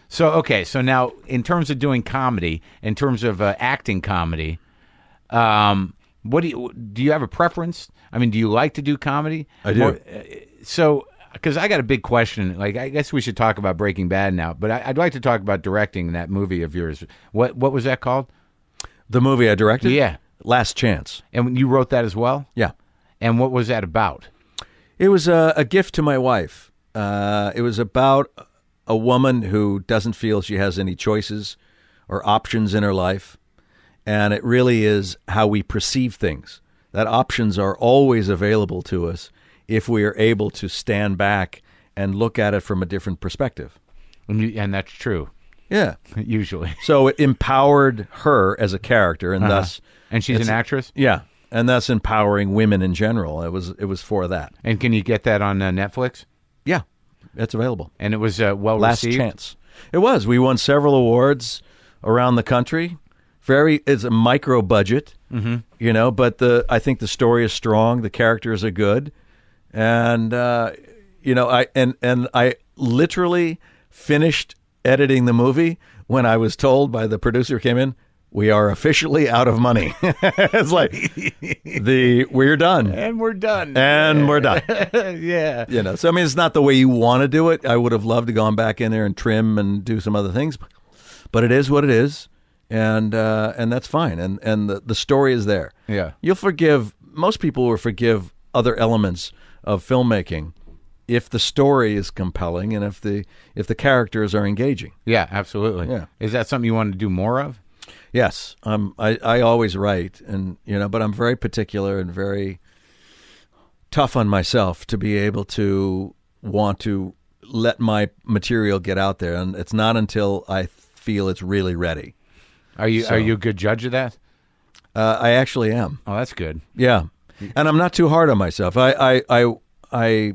Speaker 1: So okay, so now in terms of doing comedy, in terms of uh, acting comedy, um, what do you do? You have a preference? I mean, do you like to do comedy?
Speaker 2: I do.
Speaker 1: uh, so, because I got a big question. Like, I guess we should talk about Breaking Bad now, but I, I'd like to talk about directing that movie of yours. What What was that called?
Speaker 2: The movie I directed?
Speaker 1: Yeah.
Speaker 2: Last Chance.
Speaker 1: And you wrote that as well.
Speaker 2: Yeah.
Speaker 1: And what was that about?
Speaker 2: It was a, a gift to my wife. Uh, it was about a woman who doesn't feel she has any choices or options in her life. And it really is how we perceive things that options are always available to us if we are able to stand back and look at it from a different perspective.
Speaker 1: And, you, and that's true, [laughs]
Speaker 2: Yeah.
Speaker 1: usually.
Speaker 2: So it empowered her as a character and thus
Speaker 1: And she's
Speaker 2: It's-
Speaker 1: an actress.
Speaker 2: yeah, and thus empowering women in general. It was it was for that.
Speaker 1: And can you get that on uh, Netflix?
Speaker 2: Yeah. That's available.
Speaker 1: And it was uh, well
Speaker 2: Last
Speaker 1: received.
Speaker 2: chance. It was. We won several awards around the country. Very, it's a micro budget,
Speaker 1: Mm-hmm.
Speaker 2: you know. But the I think the story is strong. The characters are good, and uh, you know I and and I literally finished editing the movie when I was told by the producer who came in. We are officially out of money. [laughs] it's
Speaker 1: [laughs]
Speaker 2: like the we're done
Speaker 1: And we're done.
Speaker 2: and we're
Speaker 1: [laughs]
Speaker 2: done.
Speaker 1: yeah.
Speaker 2: You know, so I mean, it's not the way you want to do it. I would have loved to gone back in there and trim and do some other things, but, but it is what it is, and uh, and that's fine. And and the, the story is there.
Speaker 1: Yeah.
Speaker 2: you'll forgive most people will forgive other elements of filmmaking if the story is compelling and if the if the characters are engaging.
Speaker 1: Yeah, absolutely.
Speaker 2: Yeah.
Speaker 1: Is that something you want to do more of?
Speaker 2: Yes, um, I I always write, and you know, but I'm very particular and very tough on myself to be able to want to let my material get out there, and it's not until I feel it's really ready.
Speaker 1: Are you are you a good judge of that?
Speaker 2: Uh, I actually am,
Speaker 1: Oh, that's good.
Speaker 2: yeah, and I'm not too hard on myself. I I I I,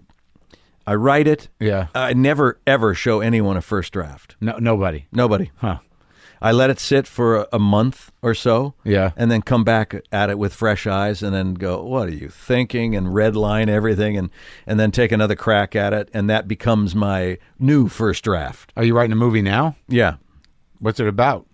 Speaker 2: I write it.
Speaker 1: Yeah.
Speaker 2: I never ever show anyone a first draft.
Speaker 1: No, nobody.
Speaker 2: Nobody.
Speaker 1: Huh.
Speaker 2: I let it sit for a, a month or so.
Speaker 1: Yeah.
Speaker 2: And then come back at it with fresh eyes and then go, what are you thinking? And red line everything and, and then take another crack at it. And that becomes my new first draft.
Speaker 1: Are you writing a movie now?
Speaker 2: Yeah.
Speaker 1: What's it about?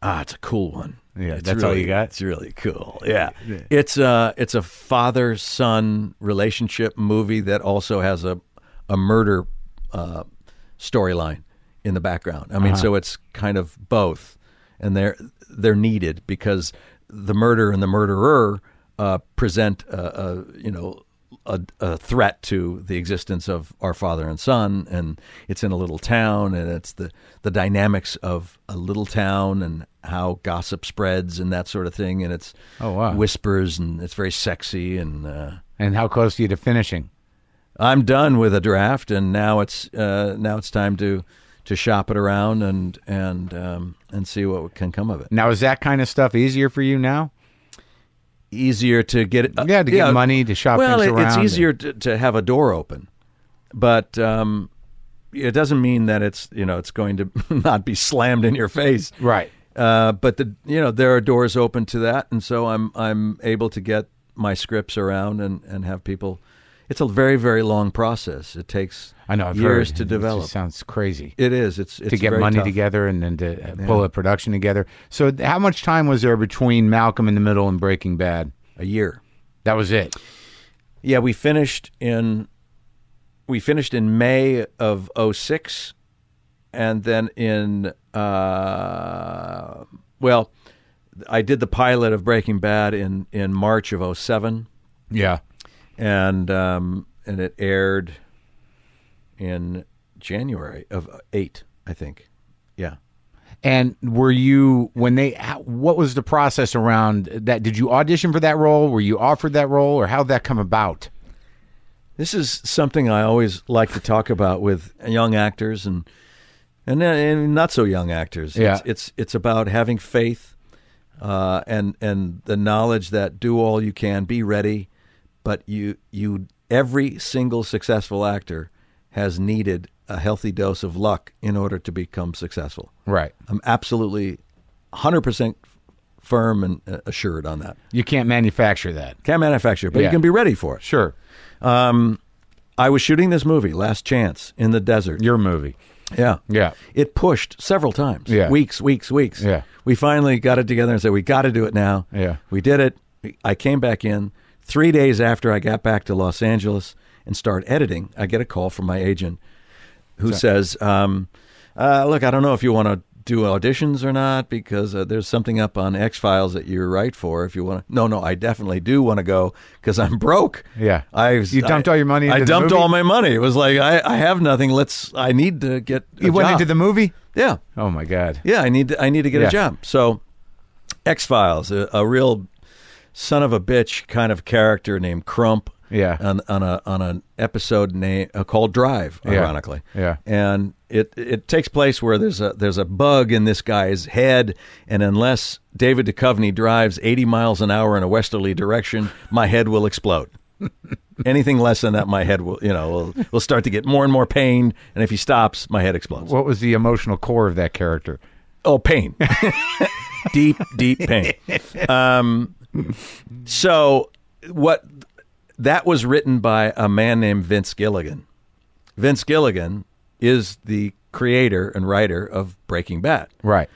Speaker 2: Ah, it's a cool one.
Speaker 1: Yeah,
Speaker 2: It's
Speaker 1: that's all
Speaker 2: really-
Speaker 1: you got?
Speaker 2: It's really cool. Yeah, it's a it's a father son relationship movie that also has a a murder uh, storyline in the background. I
Speaker 1: Uh-huh.
Speaker 2: mean, so it's kind of both, and they're they're needed because the murder and the murderer uh, present a, a you know a, a threat to the existence of our father and son, and it's in a little town, and it's the the dynamics of a little town and how gossip spreads and that sort of thing, and it's
Speaker 1: Oh, wow.
Speaker 2: whispers and it's very sexy, and uh,
Speaker 1: And how close are you to finishing?
Speaker 2: I'm done with a draft, and now it's uh, now it's time to to shop it around and and um, and see what can come of it.
Speaker 1: Now, is that kind of stuff easier for you now?
Speaker 2: easier to get uh,
Speaker 1: Yeah, to get money, to shop
Speaker 2: well,
Speaker 1: things
Speaker 2: it- it's
Speaker 1: around.
Speaker 2: easier to, to have a door open, but um, it doesn't mean that it's you know it's going to [laughs] not be slammed in your face,
Speaker 1: Right.
Speaker 2: Uh, but the you know there are doors open to that, and so I'm I'm able to get my scripts around and and have people. It's a very very long process. It takes
Speaker 1: I know. I've
Speaker 2: years
Speaker 1: heard.
Speaker 2: to
Speaker 1: It just
Speaker 2: develop.
Speaker 1: sounds crazy.
Speaker 2: it is. It's, it's
Speaker 1: to get
Speaker 2: very
Speaker 1: money
Speaker 2: tough.
Speaker 1: together and then to uh, pull a production together. So, th- how much time was there between Malcolm in the Middle and Breaking Bad?
Speaker 2: a year.
Speaker 1: That was it.
Speaker 2: Yeah, we finished in we finished in May of '06, and then in uh, well, I did the pilot of Breaking Bad in in March of '07,
Speaker 1: Yeah.
Speaker 2: and um, and it aired in January of '8, I think. Yeah.
Speaker 1: And were you when they? How, what was the process around that? Did you audition for that role? Were you offered that role, or how'd that come about?
Speaker 2: This is something I always like to talk about with young actors and and, and not so young actors.
Speaker 1: Yeah.
Speaker 2: It's, it's it's about having faith uh, and and the knowledge that do all you can, be ready, but you you every single successful actor has needed a healthy dose of luck in order to become successful.
Speaker 1: Right.
Speaker 2: I'm absolutely 100% firm and uh, assured on that.
Speaker 1: You can't manufacture that.
Speaker 2: Can't manufacture, but
Speaker 1: Yeah.
Speaker 2: you can be ready for it.
Speaker 1: Sure.
Speaker 2: I was shooting this movie, Last Chance, in the desert.
Speaker 1: Your movie.
Speaker 2: Yeah.
Speaker 1: Yeah.
Speaker 2: It pushed several times.
Speaker 1: Yeah.
Speaker 2: Weeks, weeks, weeks.
Speaker 1: Yeah.
Speaker 2: We finally got it together and said, we got to do it now.
Speaker 1: Yeah.
Speaker 2: We did it. I came back in. Three days after I got back to Los Angeles and started editing, I get a call from my agent who says, um, uh, look, I don't know if you want to do auditions or not because uh, there's something up on X Files that you're right for. If you want to, no, no, I definitely do want to go because I'm broke.
Speaker 1: Yeah.
Speaker 2: I
Speaker 1: You dumped all your money
Speaker 2: I
Speaker 1: into the
Speaker 2: dumped
Speaker 1: movie?
Speaker 2: all my money. It was like I, I have nothing. Let's. I need to get. A
Speaker 1: You went
Speaker 2: job.
Speaker 1: into the movie.
Speaker 2: Yeah,
Speaker 1: Oh my God.
Speaker 2: yeah. I need. To, I need to get
Speaker 1: Yeah.
Speaker 2: a job. So, X Files, a, a real son of a bitch kind of character named Crump.
Speaker 1: Yeah.
Speaker 2: On, on a on an episode name uh, called Drive, ironically.
Speaker 1: Yeah.
Speaker 2: And it it takes place where there's a there's a bug in this guy's head, and unless David Duchovny drives 80 miles an hour in a westerly direction, my head will explode. Anything less than that, my head will you know will, will start to get more and more pain, and if he stops, my head explodes.
Speaker 1: What was the emotional core of that character?
Speaker 2: Oh, pain. [laughs] deep, deep pain. Um, so what that was written by a man named Vince Gilligan. Vince Gilligan is the creator and writer of Breaking Bad.
Speaker 1: Right.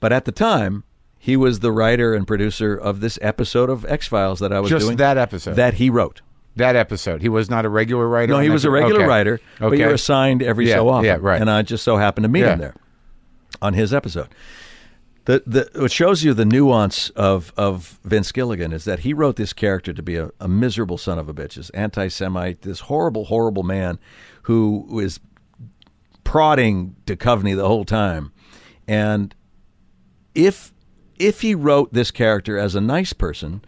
Speaker 2: But at the time, he was the writer and producer of this episode of X Files that I was
Speaker 1: Just
Speaker 2: doing.
Speaker 1: that episode.
Speaker 2: that he wrote.
Speaker 1: That episode. He was not a regular writer.
Speaker 2: No,
Speaker 1: on
Speaker 2: he
Speaker 1: that
Speaker 2: was a
Speaker 1: show?
Speaker 2: regular
Speaker 1: Okay.
Speaker 2: writer, but
Speaker 1: Okay.
Speaker 2: you're assigned every
Speaker 1: Yeah,
Speaker 2: so often.
Speaker 1: yeah, right.
Speaker 2: And I just so happened to meet
Speaker 1: Yeah.
Speaker 2: him there on his episode. The the what shows you the nuance of of Vince Gilligan is that he wrote this character to be a, a miserable son of a bitch, this anti-Semite, this horrible, horrible man who is prodding Duchovny the whole time. And if if he wrote this character as a nice person,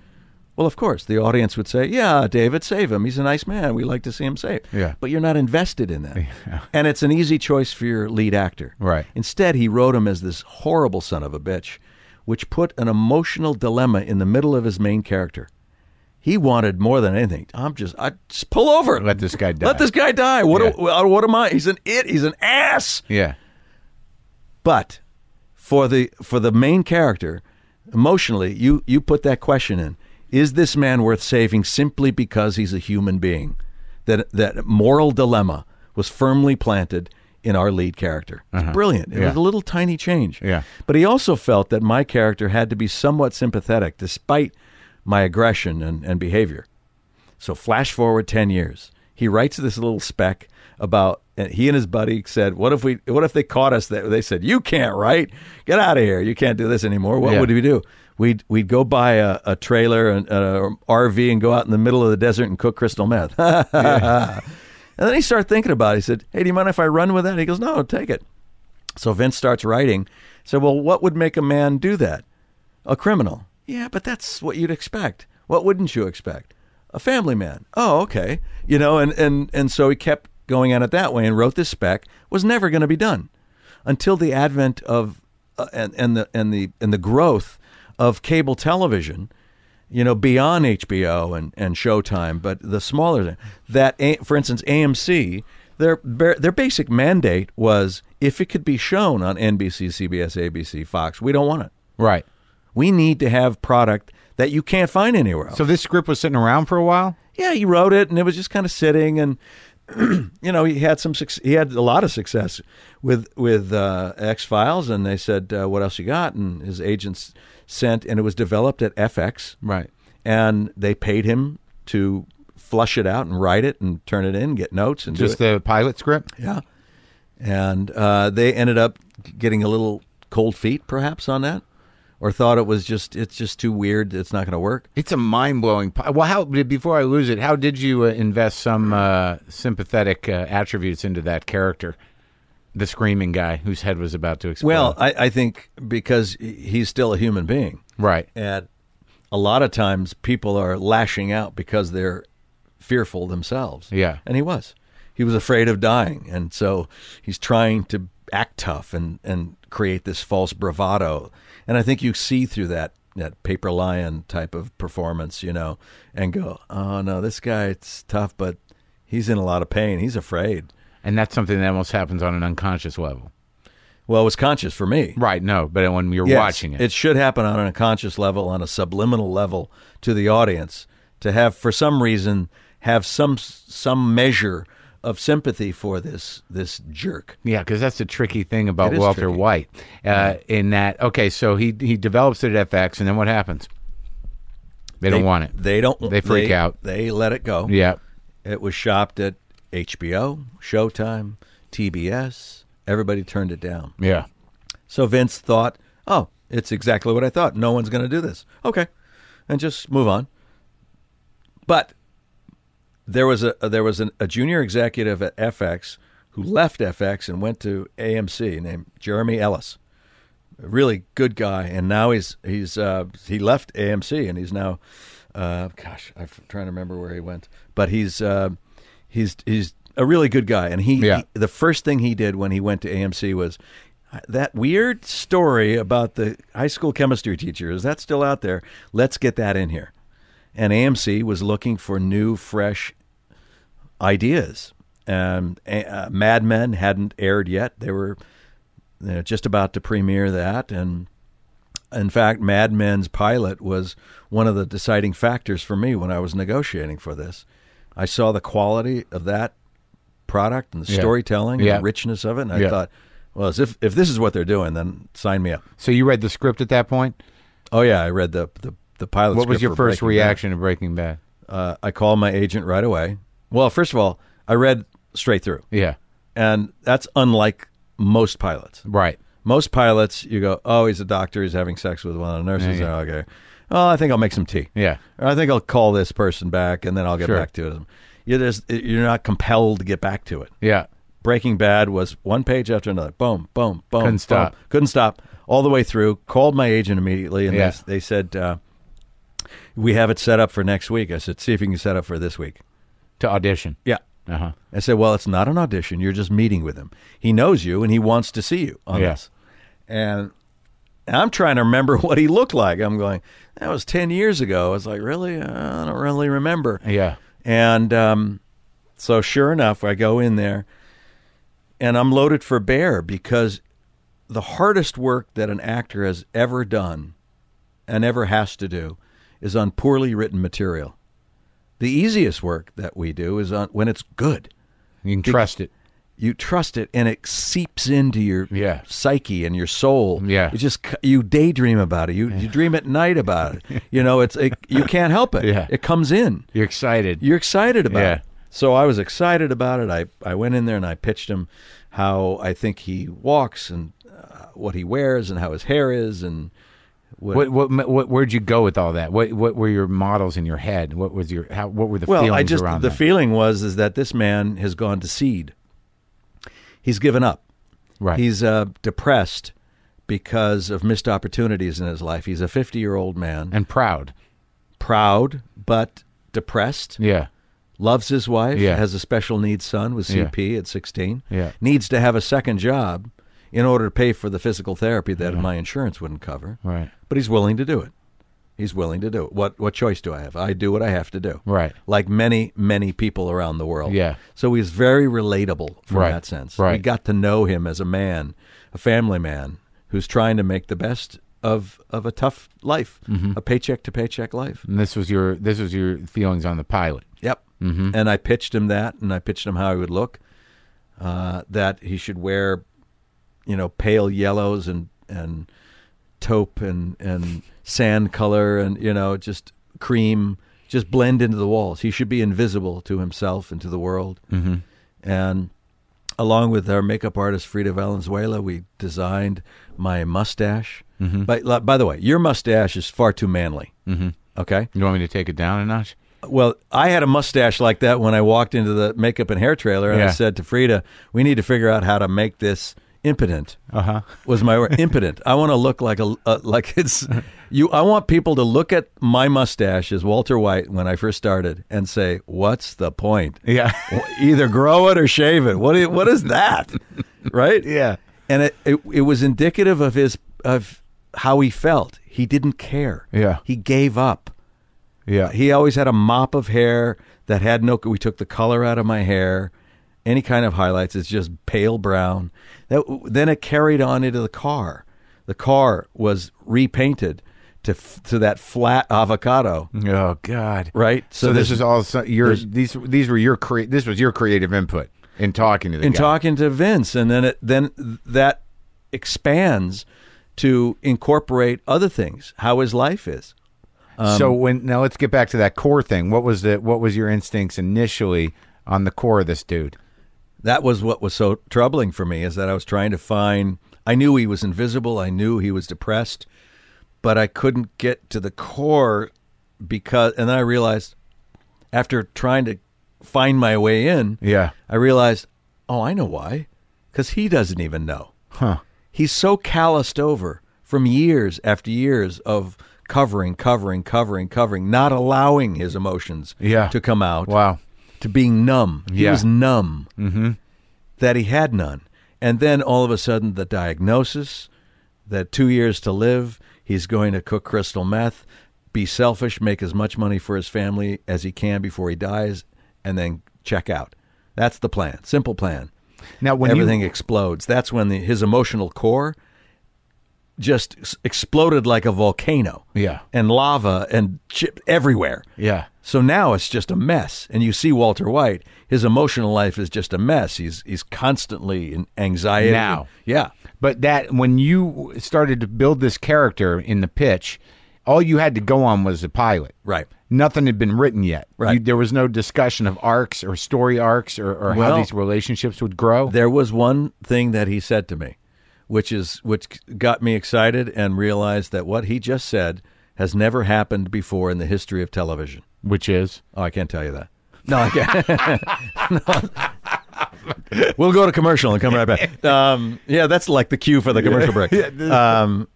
Speaker 2: well, of course, the audience would say, "Yeah, David, save him. He's a nice man. We like to see him saved."
Speaker 1: Yeah.
Speaker 2: But you're not invested in that,
Speaker 1: [laughs]
Speaker 2: and it's an easy choice for your lead actor.
Speaker 1: Right.
Speaker 2: Instead, he wrote him as this horrible son of a bitch, which put an emotional dilemma in the middle of his main character. He wanted more than anything. I'm just, I just pull over.
Speaker 1: Let this guy die.
Speaker 2: Let this guy die. uh, What? do- what am I? He's an it. He's an ass.
Speaker 1: Yeah.
Speaker 2: But for the for the main character emotionally you you put that question in is this man worth saving simply because he's a human being that that moral dilemma was firmly planted in our lead character it's brilliant it was a little tiny change
Speaker 1: Uh-huh. Yeah.
Speaker 2: but he also felt that my character had to be somewhat sympathetic despite my aggression and, and behavior so flash forward 10 years. He writes this little spec about and he and his buddy said, "What if we what if they caught us that they said, "You can't write. Get out of here. You can't do this anymore. What
Speaker 1: Yeah.
Speaker 2: would we do?" We'd we'd go buy a, a trailer and uh, an RV and go out in the middle of the desert and cook crystal meth. [laughs] And then he started thinking about it. He said, Hey, do you mind if I run with that? He goes, No, take it. So Vince starts writing. Said, Well, what would make a man do that? A criminal. Yeah, but that's what you'd expect. What wouldn't you expect? A family man. Oh, okay. You know, and, and, and so he kept going at it that way and wrote this spec, was never going to be done until the advent of uh, and, and the and the and the growth of cable television, you know, beyond HBO and, and Showtime, but the smaller thing that, A- for instance, AMC, their ba- their basic mandate was if it could be shown on NBC, CBS, ABC, Fox, we don't want it.
Speaker 1: Right.
Speaker 2: We need to have product that you can't find anywhere else
Speaker 1: So this script was sitting around for a while.
Speaker 2: yeah, he wrote it, and it was just kind of sitting, and [clears throat] you know, he had some suc- he had a lot of success with with uh, X Files, and they said, uh, "What else you got?" And his agents sent, and it was developed at FX,
Speaker 1: Right.
Speaker 2: and they paid him to flush it out and write it and turn it in, get notes, and do
Speaker 1: Just
Speaker 2: it.
Speaker 1: the pilot script.
Speaker 2: yeah. And uh, they ended up getting a little cold feet, perhaps, on that, or thought it was just it's just too weird, it's not going to work.
Speaker 1: It's a mind blowing. Pi- well, how before I lose it, how did you uh, invest some uh, sympathetic uh, attributes into that character, the screaming guy whose head was about to explode?
Speaker 2: Well, I, I think because he- he's still a human being.
Speaker 1: right.
Speaker 2: And a lot of times people are lashing out because they're fearful themselves.
Speaker 1: Yeah.
Speaker 2: And he was. He was afraid of dying. And so he's trying to act tough and, and create this false bravado. And I think you see through that that paper lion type of performance, you know, and go, Oh no, this guy it's tough, but he's in a lot of pain. He's afraid.
Speaker 1: And that's something that almost happens on an unconscious level.
Speaker 2: Well, it was conscious for me.
Speaker 1: Right. No, but when you're
Speaker 2: Yes,
Speaker 1: watching it,
Speaker 2: It should happen on a conscious level, on a subliminal level to the audience to have, for some reason, have some some measure of sympathy for this this jerk.
Speaker 1: Yeah, because that's the tricky thing about
Speaker 2: It is
Speaker 1: Walter
Speaker 2: tricky.
Speaker 1: White. Uh, in that, okay, so he he develops it at FX, and then what happens? They, don't want it.
Speaker 2: They don't.
Speaker 1: They freak out.
Speaker 2: They let it go.
Speaker 1: yeah,
Speaker 2: It was shopped at HBO, Showtime, TBS. Everybody turned it down.
Speaker 1: yeah.
Speaker 2: So Vince thought, oh, it's exactly what I thought. No one's going to do this. Okay. And just move on. But there was a there was an, a junior executive at FX who left FX and went to AMC named Jeremy Ellis. A really good guy and now he's he's uh, he left AMC and he's now uh, gosh, I'm trying to remember where he went. But he's uh, he's he's a really good guy and he,
Speaker 1: Yeah.
Speaker 2: he the first thing he did when he went to AMC was uh, that weird story about the high school chemistry teacher is that still out there? Let's get that in here. And AMC was looking for new, fresh ideas. Um, a- uh, Mad Men hadn't aired yet; they were you know, just about to premiere that, and in fact, Mad Men's pilot was one of the deciding factors for me when I was negotiating for this. I saw the quality of that product and the
Speaker 1: Yeah.
Speaker 2: storytelling and
Speaker 1: Yeah.
Speaker 2: the richness of it, and I
Speaker 1: Yeah.
Speaker 2: thought, well, as if if this is what they're doing, then sign me up.
Speaker 1: So you read the script at that point.
Speaker 2: Oh yeah, I read the the, the pilot.
Speaker 1: What was
Speaker 2: script
Speaker 1: your
Speaker 2: for
Speaker 1: first
Speaker 2: Breaking Bad.
Speaker 1: reaction to Breaking Bad?
Speaker 2: Uh, I called my agent right away. Well, first of all, I read straight through,
Speaker 1: Yeah,
Speaker 2: and that's unlike most pilots.
Speaker 1: right.
Speaker 2: Most pilots, you go, oh, he's a doctor, he's having sex with one of the nurses.
Speaker 1: Yeah, yeah.
Speaker 2: Oh, Okay, well, I think I'll make some tea.
Speaker 1: Yeah.
Speaker 2: Or I think I'll call this person back, and then I'll get
Speaker 1: Sure.
Speaker 2: back to him. You're just, you're not compelled to get back to it.
Speaker 1: Yeah,
Speaker 2: Breaking Bad was one page after another. Boom, boom, boom.
Speaker 1: Couldn't
Speaker 2: boom.
Speaker 1: stop.
Speaker 2: Couldn't stop. All the way through. Called my agent immediately, and
Speaker 1: Yeah.
Speaker 2: they, they said, uh, "We have it set up for next week." I said, "See if you can set up for this week."
Speaker 1: to audition.
Speaker 2: Yeah.
Speaker 1: Uh huh.
Speaker 2: I said, "Well, it's not an audition. You're just meeting with him. He knows you, and he wants to see you on
Speaker 1: Yeah.
Speaker 2: this." And I'm trying to remember [laughs] what he looked like. I'm going, "That was ten years ago." I was like, "Really? Uh, I don't really remember."
Speaker 1: Yeah.
Speaker 2: And um, so, sure enough, I go in there and I'm loaded for bear because the hardest work that an actor has ever done and ever has to do is on poorly written material. The easiest work that we do is on when it's good.
Speaker 1: You can trust it.
Speaker 2: You trust it, and it seeps into your
Speaker 1: Yeah.
Speaker 2: psyche and your soul.
Speaker 1: Yeah.
Speaker 2: you just c- you daydream about it. You you dream at night about
Speaker 1: [laughs]
Speaker 2: it. You know, it's it, you can't help it.
Speaker 1: Yeah.
Speaker 2: it comes in.
Speaker 1: You're excited.
Speaker 2: You're excited about
Speaker 1: Yeah.
Speaker 2: it. So I was excited about it. I, I went in there and I pitched him how I think he walks and uh, what he wears and how his hair is and
Speaker 1: what, what, what, where'd you go with all that? What, what were your models in your head? What was your, how, what were the
Speaker 2: well
Speaker 1: feelings
Speaker 2: I just
Speaker 1: around
Speaker 2: the
Speaker 1: that?
Speaker 2: feeling was is that this man has gone to seed. He's given up.
Speaker 1: right.
Speaker 2: He's uh, depressed because of missed opportunities in his life. He's a 50 year old man,
Speaker 1: and proud.
Speaker 2: proud but depressed.
Speaker 1: Yeah.
Speaker 2: loves his wife,
Speaker 1: Yeah.
Speaker 2: has a special needs son with
Speaker 1: Yeah.
Speaker 2: CP at 16,
Speaker 1: Yeah.
Speaker 2: needs to have a second job in order to pay for the physical therapy that my insurance wouldn't cover.
Speaker 1: Right.
Speaker 2: But he's willing to do it. He's willing to do it. What what choice do I have? I do what I have to do.
Speaker 1: Right.
Speaker 2: Like many many people around the world.
Speaker 1: Yeah.
Speaker 2: So he's very relatable from
Speaker 1: Right.
Speaker 2: that sense. We
Speaker 1: Right.
Speaker 2: got to know him as a man, a family man who's trying to make the best of of a tough life,
Speaker 1: Mm-hmm.
Speaker 2: a paycheck to paycheck life.
Speaker 1: And this was your, this was your feelings on the pilot.
Speaker 2: Yep. Mm-hmm. And I pitched him that, and I pitched him how he would look. Uh, that he should wear, you know, pale yellows and and taupe and and sand color and you know just cream, just blend into the walls. He should be invisible to himself and to the world. Mm-hmm. And along with our makeup artist Frida Valenzuela, we designed my mustache. By, by the way, your mustache is far too manly. Mm-hmm. Okay,
Speaker 1: You want me to take it down a notch?
Speaker 2: well, I had a mustache like that when I walked into the makeup and hair trailer, and I
Speaker 1: Yeah.
Speaker 2: said to Frida, "We need to figure out how to make this impotent."
Speaker 1: Uh huh.
Speaker 2: Was my
Speaker 1: [laughs]
Speaker 2: word impotent? I want to look like a uh, like it's you. I want people to look at my mustache as Walter White when I first started and say, "What's the point?
Speaker 1: Yeah.
Speaker 2: Either grow it or shave it. What? i- What is
Speaker 1: [laughs]
Speaker 2: that? Right?
Speaker 1: Yeah.
Speaker 2: And it, it it was indicative of his of how he felt. He didn't care.
Speaker 1: Yeah.
Speaker 2: He gave up.
Speaker 1: [laughs] Yeah.
Speaker 2: He always had a mop of hair that had no. We took the color out of my hair. Any kind of highlights. It's just pale brown. That, then it carried on into the car. The car was repainted to f- to that flat avocado.
Speaker 1: oh God.
Speaker 2: Right.
Speaker 1: So, this
Speaker 2: there's-
Speaker 1: is all so- your these these were your cre- this was your creative input in talking to the
Speaker 2: in
Speaker 1: guy.
Speaker 2: talking to Vince, and then it then that expands to incorporate other things. How his life is.
Speaker 1: so when now let's get back to that core thing. What was the what was your instincts initially on the core of this dude?
Speaker 2: that was what was so troubling for me is that I was trying to find I knew he was invisible, I knew he was depressed, but I couldn't get to the core because and then I realized after trying to find my way in,
Speaker 1: Yeah.
Speaker 2: I realized, oh, I know why. Cuz he doesn't even know.
Speaker 1: Huh.
Speaker 2: He's so calloused over from years after years of covering, covering, covering, covering, not allowing his emotions
Speaker 1: Yeah.
Speaker 2: to come out
Speaker 1: Wow.
Speaker 2: to being numb. He
Speaker 1: Yeah.
Speaker 2: was numb. Mm-hmm. That he had none. And then all of a sudden, the diagnosis that two years to live, he's going to cook crystal meth, be selfish, make as much money for his family as he can before he dies, and then check out. That's the plan. Simple plan.
Speaker 1: Now when
Speaker 2: Everything
Speaker 1: you
Speaker 2: explodes. That's when the, his emotional core just s- exploded like a volcano.
Speaker 1: Yeah.
Speaker 2: And lava and chip everywhere.
Speaker 1: yeah
Speaker 2: So now it's just a mess, and you see Walter White. His emotional life is just a mess. He's he's constantly in anxiety.
Speaker 1: Now.
Speaker 2: yeah,
Speaker 1: But that when you started to build this character in the pitch, all you had to go on was the pilot.
Speaker 2: Right.
Speaker 1: Nothing had been written yet.
Speaker 2: Right.
Speaker 1: You- there was no discussion of arcs or story arcs or, or how
Speaker 2: Well-
Speaker 1: these relationships would grow.
Speaker 2: there was one thing that he said to me, which is which got me excited and realized that what he just said has never happened before in the history of television.
Speaker 1: which is
Speaker 2: Oh, I can't tell you that. No, I can't. No. [laughs] We'll go to commercial and come right back. Um, yeah, that's like the cue for the commercial break. Um,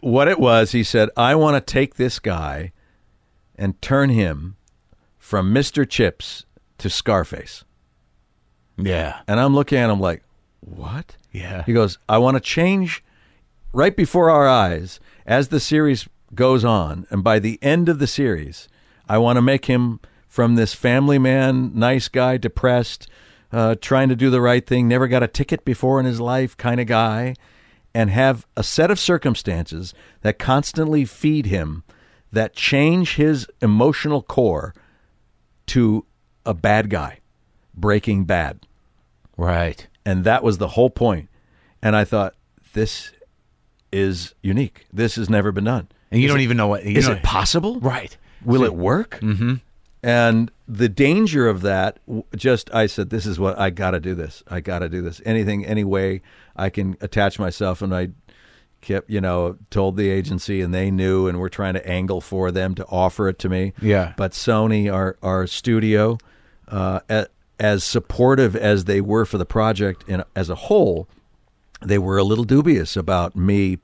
Speaker 2: what it was, he said, I want to take this guy and turn him from Mr. Chips to Scarface.
Speaker 1: yeah
Speaker 2: And I'm looking at him like, what?
Speaker 1: Yeah.
Speaker 2: He goes, I want to change right before our eyes as the series goes on. And by the end of the series, I want to make him from this family man, nice guy, depressed, uh, trying to do the right thing, never got a ticket before in his life kind of guy. and have a set of circumstances that constantly feed him that change his emotional core to a bad guy, breaking bad.
Speaker 1: Right.
Speaker 2: And that was the whole point. And I thought, this is unique. This has never been done.
Speaker 1: And you don't even know what. You
Speaker 2: Is
Speaker 1: don't-
Speaker 2: it possible?
Speaker 1: Right.
Speaker 2: Will it work? Mm-hmm. And the danger of that, w- just I said, this is what I got to do. This I got to do this. Anything, any way I can attach myself, and I kept, you know, told the agency, and they knew, and we're trying to angle for them to offer it to me.
Speaker 1: Yeah.
Speaker 2: But Sony, our our studio, uh, a- as supportive as they were for the project and as a whole, they were a little dubious about me.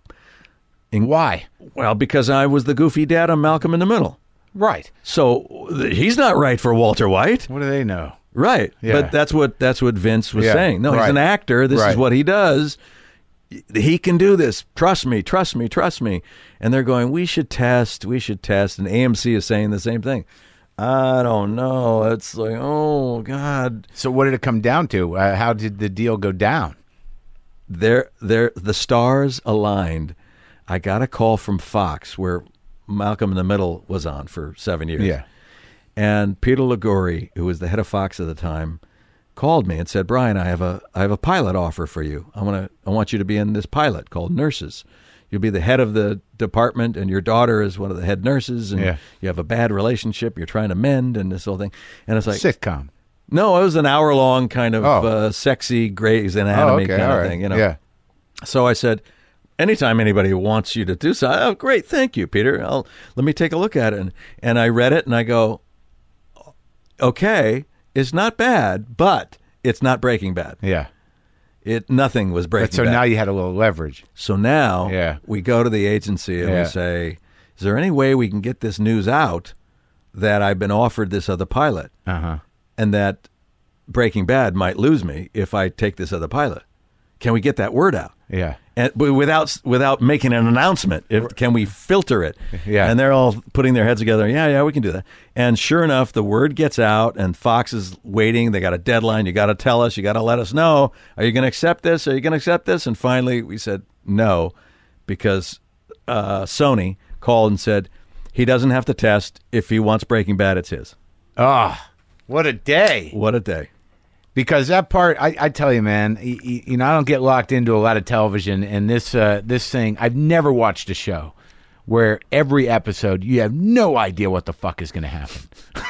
Speaker 1: Why?
Speaker 2: Well, because I was the goofy dad on Malcolm in the Middle.
Speaker 1: Right.
Speaker 2: So th- he's not right for Walter White,
Speaker 1: What do they know?
Speaker 2: right?
Speaker 1: Yeah.
Speaker 2: But that's what that's what Vince was
Speaker 1: Yeah,
Speaker 2: saying. No, he's
Speaker 1: right.
Speaker 2: an actor. This
Speaker 1: Right.
Speaker 2: is what he does. He can do this. Trust me. Trust me. Trust me. And they're going. We should test. We should test. And AMC is saying the same thing. I don't know. It's like, oh God,
Speaker 1: So what did it come down to? Uh, how did the deal go down?
Speaker 2: they're they're the stars aligned. I got a call from Fox where Malcolm in the Middle was on for seven years. And Peter Ligori, who was the head of Fox at the time, called me and said, "Brian, I have a I have a pilot offer for you. I want to I want you to be in this pilot called Nurses. You'll be the head of the department, and your daughter is one of the head nurses, and
Speaker 1: Yeah.
Speaker 2: you have a bad relationship. You're trying to mend, and this whole thing. And it's like,
Speaker 1: Sitcom.
Speaker 2: no, it was an hour long kind of
Speaker 1: Oh.
Speaker 2: uh, sexy Grey's Anatomy
Speaker 1: Oh, okay.
Speaker 2: kind
Speaker 1: All
Speaker 2: of
Speaker 1: right.
Speaker 2: thing, you know.
Speaker 1: Yeah.
Speaker 2: So I said, anytime anybody wants you to do so, oh, great, thank you, Peter. I'll, let me take a look at it. And, and I read it and I go, okay, it's not bad, but it's not Breaking Bad.
Speaker 1: Yeah.
Speaker 2: It nothing was Breaking
Speaker 1: But so
Speaker 2: Bad.
Speaker 1: now you had a little leverage.
Speaker 2: so now
Speaker 1: Yeah.
Speaker 2: we go to the agency and
Speaker 1: Yeah.
Speaker 2: we say, is there any way we can get this news out that I've been offered this other pilot
Speaker 1: Uh huh.
Speaker 2: and that Breaking Bad might lose me if I take this other pilot? Can we get that word out?
Speaker 1: Yeah.
Speaker 2: and but without without making an announcement if, can we filter it
Speaker 1: Yeah.
Speaker 2: and they're all putting their heads together yeah yeah we can do that and sure enough the word gets out and fox is waiting they got a deadline you got to tell us you got to let us know are you going to accept this are you going to accept this and finally we said no because uh, sony called and said he doesn't have to test if he wants breaking bad it's his
Speaker 1: Ah, what a day.
Speaker 2: what a day
Speaker 1: because that part I, I tell you man y- y- you know i don't get locked into a lot of television and this uh, this thing i've never watched a show where every episode you have no idea what the fuck is going to happen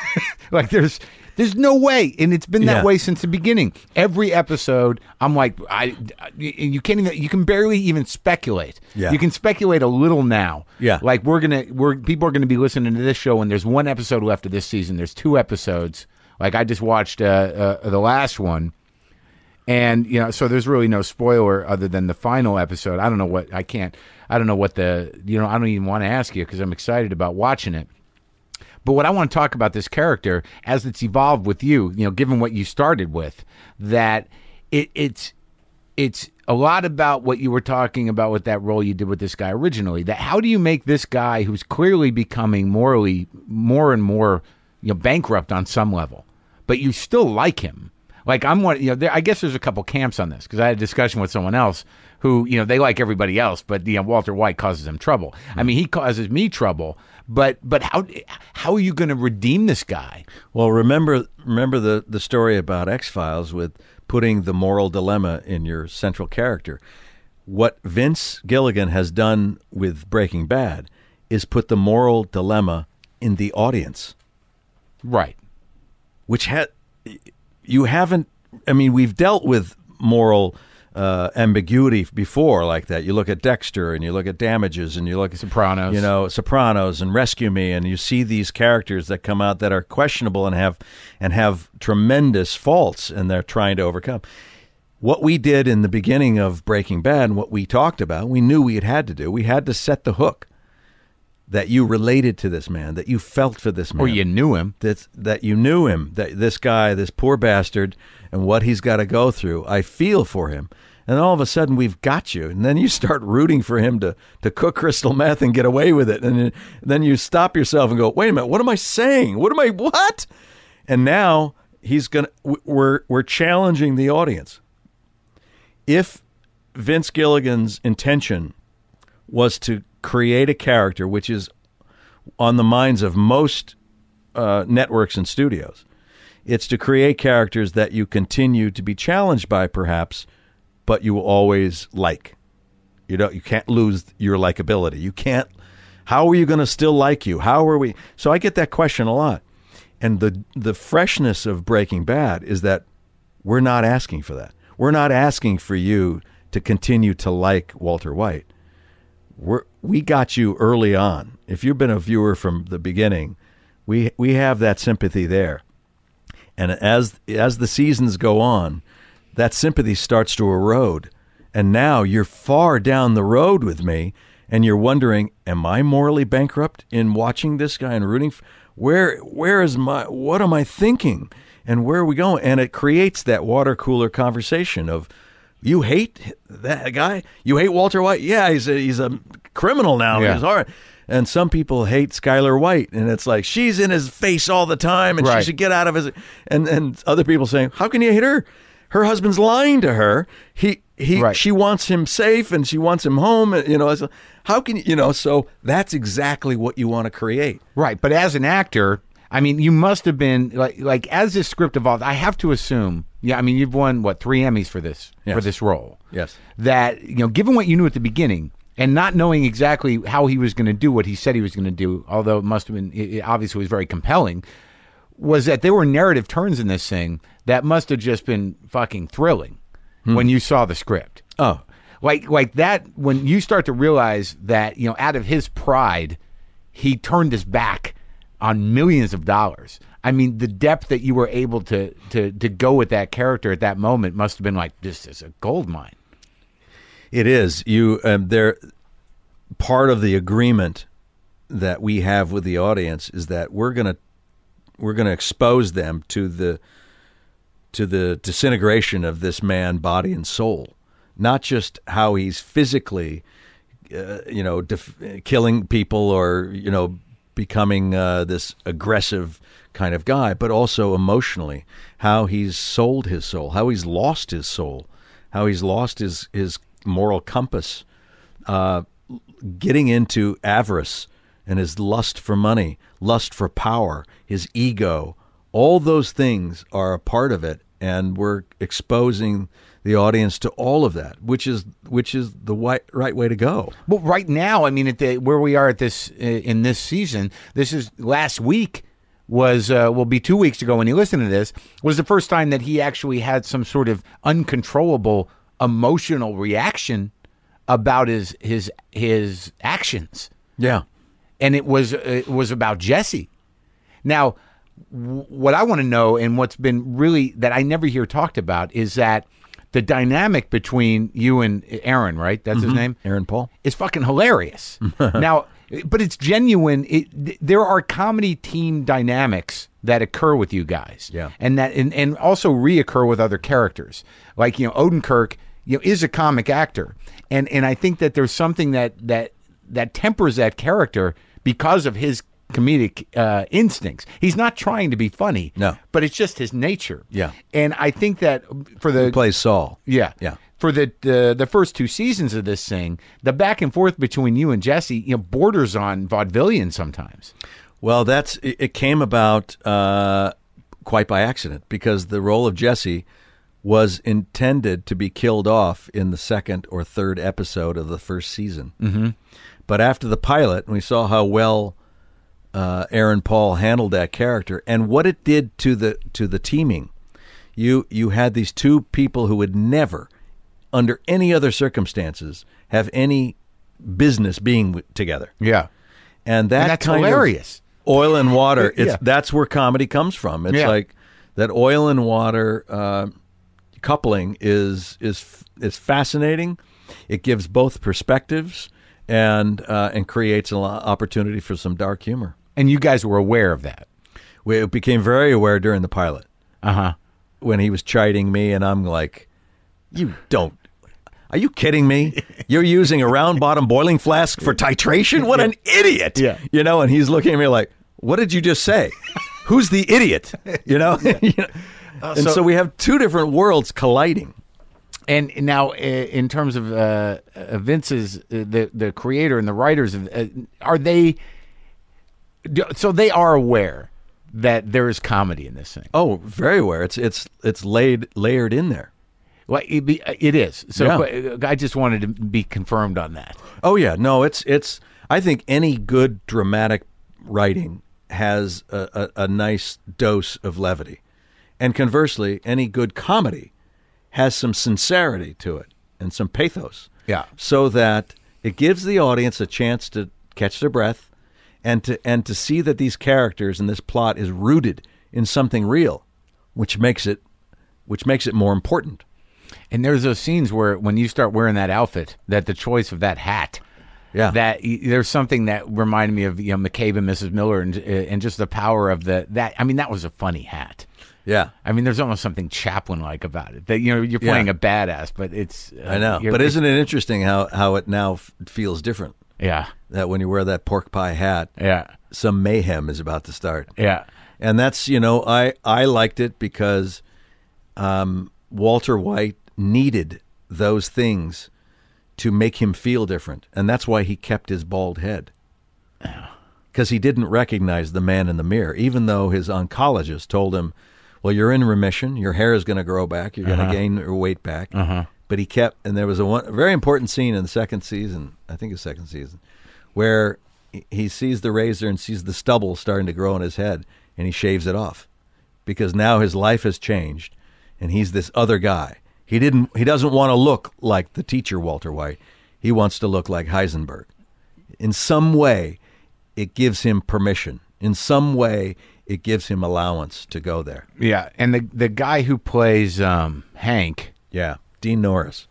Speaker 1: [laughs] like there's there's no way and it's been that
Speaker 2: Yeah.
Speaker 1: way since the beginning every episode i'm like i I- you can't even you can barely even speculate
Speaker 2: Yeah.
Speaker 1: you can speculate a little now
Speaker 2: Yeah.
Speaker 1: like we're gonna we're people are gonna be listening to this show and there's one episode left of this season there's two episodes like i just watched uh, uh the last one and you know so there's really no spoiler other than the final episode i don't know what i can't i don't know what the you know i don't even want to ask you because i'm excited about watching it but what I want to talk about this character as it's evolved with you, you know, given what you started with, that it, it's it's a lot about what you were talking about with that role you did with this guy originally. That how do you make this guy who's clearly becoming morally more and more you know bankrupt on some level, but you still like him. Like I'm one, you know. There, I guess there's a couple camps on this because I had a discussion with someone else who, you know, they like everybody else, but you know, Walter White causes him trouble. I
Speaker 2: Hmm.
Speaker 1: mean, he causes me trouble. But but how how are you going to redeem this guy?
Speaker 2: Well, remember remember the, the story about X Files with putting the moral dilemma in your central character. What Vince Gilligan has done with Breaking Bad is put the moral dilemma in the audience,
Speaker 1: Right.
Speaker 2: which had you haven't. I mean, we've dealt with moral uh, ambiguity before like that. You look at Dexter and you look at Damages and you look at
Speaker 1: Sopranos.
Speaker 2: You know, know, Sopranos and Rescue Me, and you see these characters that come out that are questionable and have and have tremendous faults, and they're trying to overcome. What we did in the beginning of Breaking Bad, and what we talked about, we knew we had had to do. We had to set the hook that you related to this man, that you felt for this man,
Speaker 1: Or you knew him.
Speaker 2: that that you knew him, that this guy, this poor bastard, and what he's got to go through. I feel for him. And all of a sudden, we've got you. And then you start [laughs] rooting for him to, to cook crystal meth and get away with it. And then- then you stop yourself and go, wait a minute, what am I saying? What am I, what? And now he's going to, we're, we're challenging the audience. If Vince Gilligan's intention was to create a character which is on the minds of most uh, networks and studios. It's to create characters that you continue to be challenged by, perhaps, but you will always like. You don't. You can't lose your likability. You can't. How are you going to still like you? How are we? So I get that question a lot, and the the freshness of Breaking Bad is that we're not asking for that. We're not asking for you to continue to like Walter White. We're we got you early on. If you've been a viewer from the beginning, we we have that sympathy there. And as as the seasons go on, that sympathy starts to erode. And now you're far down the road with me, and you're wondering, am I morally bankrupt in watching this guy and rooting? For, where where is my what am I thinking? And where are we going? And it creates that water cooler conversation of, you hate that guy? You hate Walter White? Yeah, he's a, he's a criminal now.
Speaker 1: Yeah.
Speaker 2: He's all right. And some people hate Skylar White, and it's like she's in his face all the time, and
Speaker 1: Right.
Speaker 2: she should get out of his. And and other people saying, how can you hate her? Her husband's lying to her. He he
Speaker 1: Right.
Speaker 2: she wants him safe, and she wants him home. And, you know, it's like, how can you? You know, so that's exactly what you want to create.
Speaker 1: Right, but as an actor, I mean, you must have been like like as this script evolved. I have to assume, yeah. I mean, you've won what three Emmys for this for
Speaker 2: Yes.
Speaker 1: this role.
Speaker 2: Yes.
Speaker 1: That you know, given what you knew at the beginning and not knowing exactly how he was going to do what he said he was going to do, although it must have been it, it obviously was very compelling, was that there were narrative turns in this thing that must have just been fucking thrilling when you saw the script.
Speaker 2: Oh.
Speaker 1: Like like that when you start to realize that, you know, out of his pride, he turned his back on millions of dollars. I mean, the depth that you were able to to to go with that character at that moment must have been like this is a gold mine.
Speaker 2: It is you. Um, there, part of the agreement that we have with the audience is that we're gonna we're gonna expose them to the to the disintegration of this man, body and soul, not just how he's physically, uh, you know, def- killing people or you know becoming uh, this aggressive kind of guy, but also emotionally how he's sold his soul, how he's lost his soul, how he's lost his his moral compass uh, getting into avarice and his lust for money, lust for power, his ego, all those things are a part of it and we're exposing the audience to all of that, which is which is the wi- right way to go.
Speaker 1: Well, right now, I mean, at the where we are at this uh, in this season, this is last week was uh, will be two weeks ago when you listen to this was the first time that he actually had some sort of uncontrollable emotional reaction about his his his actions
Speaker 2: Yeah.
Speaker 1: and it was uh, it was about Jesse. Now, w- what I want to know and what's been really that I never hear talked about is that the dynamic between you and Aaron, right? That's his name,
Speaker 2: Aaron Paul.
Speaker 1: Is
Speaker 2: [laughs]
Speaker 1: fucking hilarious. now, but it's genuine. It, th- there are comedy team dynamics that occur with you guys,
Speaker 2: Yeah.
Speaker 1: and that and, and also reoccur with other characters. Like you know, Odenkirk, you know, is a comic actor, and and I think that there's something that that that tempers that character because of his comedic uh, instincts. He's not trying to be funny,
Speaker 2: No.
Speaker 1: but it's just his nature.
Speaker 2: Yeah.
Speaker 1: and I think that for the
Speaker 2: Plays Saul.
Speaker 1: yeah.
Speaker 2: Yeah.
Speaker 1: For the, the the first two seasons of this thing, the back and forth between you and Jesse, you know, borders on vaudevillian sometimes.
Speaker 2: Well, that's it it came about uh, quite by accident because the role of Jesse was intended to be killed off in the second or third episode of the first season. Mm-hmm. But after the pilot, we saw how well uh, Aaron Paul handled that character and what it did to the to the teaming. You you had these two people who would never, under any other circumstances, have any business being w- together
Speaker 1: Yeah.
Speaker 2: and that
Speaker 1: And that's
Speaker 2: kind of
Speaker 1: hilarious.
Speaker 2: oil and water. It's
Speaker 1: Yeah.
Speaker 2: that's where comedy comes from. It's
Speaker 1: Yeah.
Speaker 2: like that oil and water uh, coupling is is f- is fascinating. It gives both perspectives and uh, and creates an opportunity for some dark humor.
Speaker 1: And you guys were aware of that.
Speaker 2: We became very aware during the pilot
Speaker 1: Uh-huh.
Speaker 2: when he was chiding me, and I'm like, "You don't." Are you kidding me? You're using a round bottom boiling flask for titration? What an idiot!
Speaker 1: Yeah.
Speaker 2: You know, and he's looking at me like, "What did you just say? Who's the [laughs]
Speaker 1: Uh,
Speaker 2: idiot?" You know. You know? and so, we have two different worlds colliding,
Speaker 1: And now, uh, in terms of uh, uh, Vince's, uh, the the creator and the writers, of, uh, are they? do- So they are aware that there is comedy in this thing.
Speaker 2: Oh, very aware. It's it's it's laid layered in there.
Speaker 1: Well, it, be, uh, it is. So
Speaker 2: Yeah.
Speaker 1: but uh, I just wanted to be confirmed on that.
Speaker 2: Oh yeah, no, it's it's. I think any good dramatic writing has a, a, a nice dose of levity, and conversely, any good comedy has some sincerity to it and some pathos.
Speaker 1: Yeah.
Speaker 2: so that it gives the audience a chance to catch their breath and to and to see that these characters and this plot is rooted in something real, which makes it which makes it more important.
Speaker 1: And there's those scenes where when you start wearing that outfit, that the choice of that hat,
Speaker 2: Yeah.
Speaker 1: that y- there's something that reminded me of you know McCabe and Mrs. Miller and uh, and just the power of the that. I mean, that was a funny hat.
Speaker 2: Yeah,
Speaker 1: I mean, there's almost something Chaplin like about it. That you know you're playing
Speaker 2: Yeah.
Speaker 1: a badass, but it's uh,
Speaker 2: I know.
Speaker 1: you're-
Speaker 2: But isn't it interesting how how it now f- feels different?
Speaker 1: yeah
Speaker 2: that when you wear that pork pie hat,
Speaker 1: yeah
Speaker 2: some mayhem is about to start.
Speaker 1: yeah
Speaker 2: And that's, you know, I, I liked it because um, Walter White needed those things to make him feel different. And that's why he kept his bald head. Because he didn't recognize the man in the mirror, even though his oncologist told him, well, you're in remission. Your hair is going to grow back. You're going to gain your weight back. But he kept, and there was a, one, a very important scene in the second season, I think it's second season, where he- he sees the razor and sees the stubble starting to grow on his head, and he shaves it off because now his life has changed and he's this other guy. He didn't he doesn't want to look like the teacher Walter White. He wants to look like Heisenberg. In some way it gives him permission. In some way it gives him allowance to go there.
Speaker 1: yeah. And the the guy who plays um, Hank,
Speaker 2: Yeah. Dean Norris.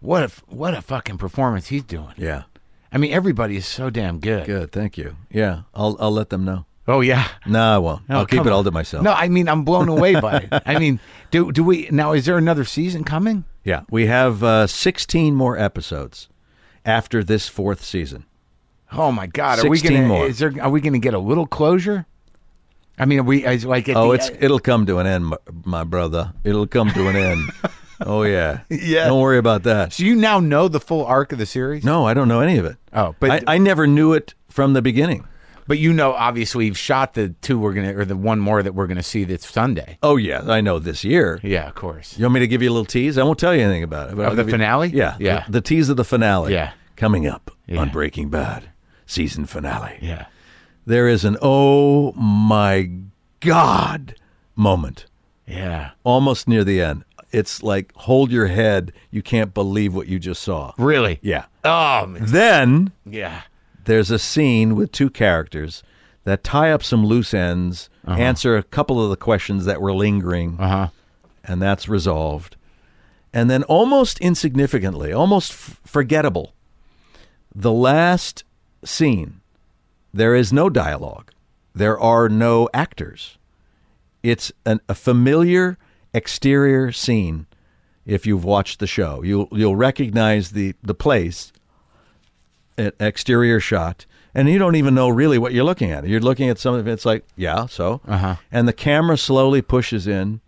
Speaker 1: what a f- what a fucking performance he's doing.
Speaker 2: Yeah.
Speaker 1: I mean, everybody is so damn good.
Speaker 2: Good, thank you. Yeah, I'll I'll let them know.
Speaker 1: Oh yeah.
Speaker 2: No, I won't.
Speaker 1: No,
Speaker 2: I'll keep
Speaker 1: come
Speaker 2: it all
Speaker 1: on.
Speaker 2: to myself.
Speaker 1: No, I mean I'm blown away by it. I
Speaker 2: [laughs]
Speaker 1: mean, do do we now? Is there another season coming?
Speaker 2: Yeah, we have uh, 16 more episodes after this fourth season.
Speaker 1: Oh my God, are we
Speaker 2: 16
Speaker 1: gonna?
Speaker 2: more.
Speaker 1: Is there? Are we gonna get a little closure? I mean, are we is like at
Speaker 2: Oh,
Speaker 1: the-
Speaker 2: it's it'll come to an end, my, my brother. It'll come to an end. oh yeah, yeah. Don't worry about that.
Speaker 1: So you now know the full arc of the series?
Speaker 2: No, I don't know any of it.
Speaker 1: Oh, but-
Speaker 2: I, I never knew it from the beginning.
Speaker 1: but you know, obviously, you've shot the two we're gonna or the one more that we're gonna see this Sunday.
Speaker 2: Oh yeah, I know this year.
Speaker 1: Yeah, of course.
Speaker 2: You want me to give you a little tease? I won't tell you anything about it. But I'll
Speaker 1: the
Speaker 2: give you-
Speaker 1: finale?
Speaker 2: Yeah,
Speaker 1: Yeah.
Speaker 2: The, the tease of the finale.
Speaker 1: Yeah.
Speaker 2: Coming up
Speaker 1: Yeah.
Speaker 2: on Breaking Bad season finale.
Speaker 1: Yeah.
Speaker 2: There is an oh my god moment.
Speaker 1: Yeah.
Speaker 2: almost near the end. It's like hold your head. You can't believe what you just saw.
Speaker 1: Really?
Speaker 2: Yeah.
Speaker 1: Oh, man.
Speaker 2: Then
Speaker 1: yeah.
Speaker 2: there's a scene with two characters that tie up some loose ends, answer a couple of the questions that were lingering,
Speaker 1: Uh-huh.
Speaker 2: and that's resolved. And then almost insignificantly, almost f- forgettable, the last scene, there is no dialogue. There are no actors. It's an, a familiar exterior scene. If you've watched the show, you'll you'll recognize the the place, an exterior shot, and you don't even know really what you're looking at. You're looking at something. It's like yeah, so, uh-huh. and the camera slowly pushes in,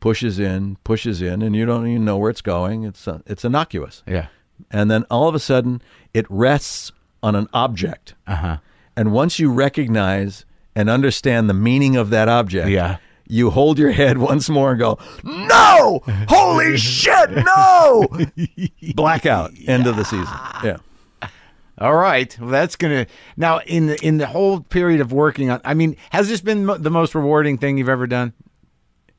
Speaker 2: pushes in, pushes in, and you don't even know where it's going. It's uh, it's innocuous
Speaker 1: Yeah.
Speaker 2: and then all of a sudden it rests on an object.
Speaker 1: Uh-huh.
Speaker 2: And once you recognize and understand the meaning of that object,
Speaker 1: Yeah.
Speaker 2: you hold your head [laughs] once more and go, "No!
Speaker 1: [laughs]
Speaker 2: Holy shit! No!" Blackout. End of the season. Yeah.
Speaker 1: All right. Well, that's gonna now in the in the whole period of working on. I mean, has this been mo- the most rewarding thing you've ever done?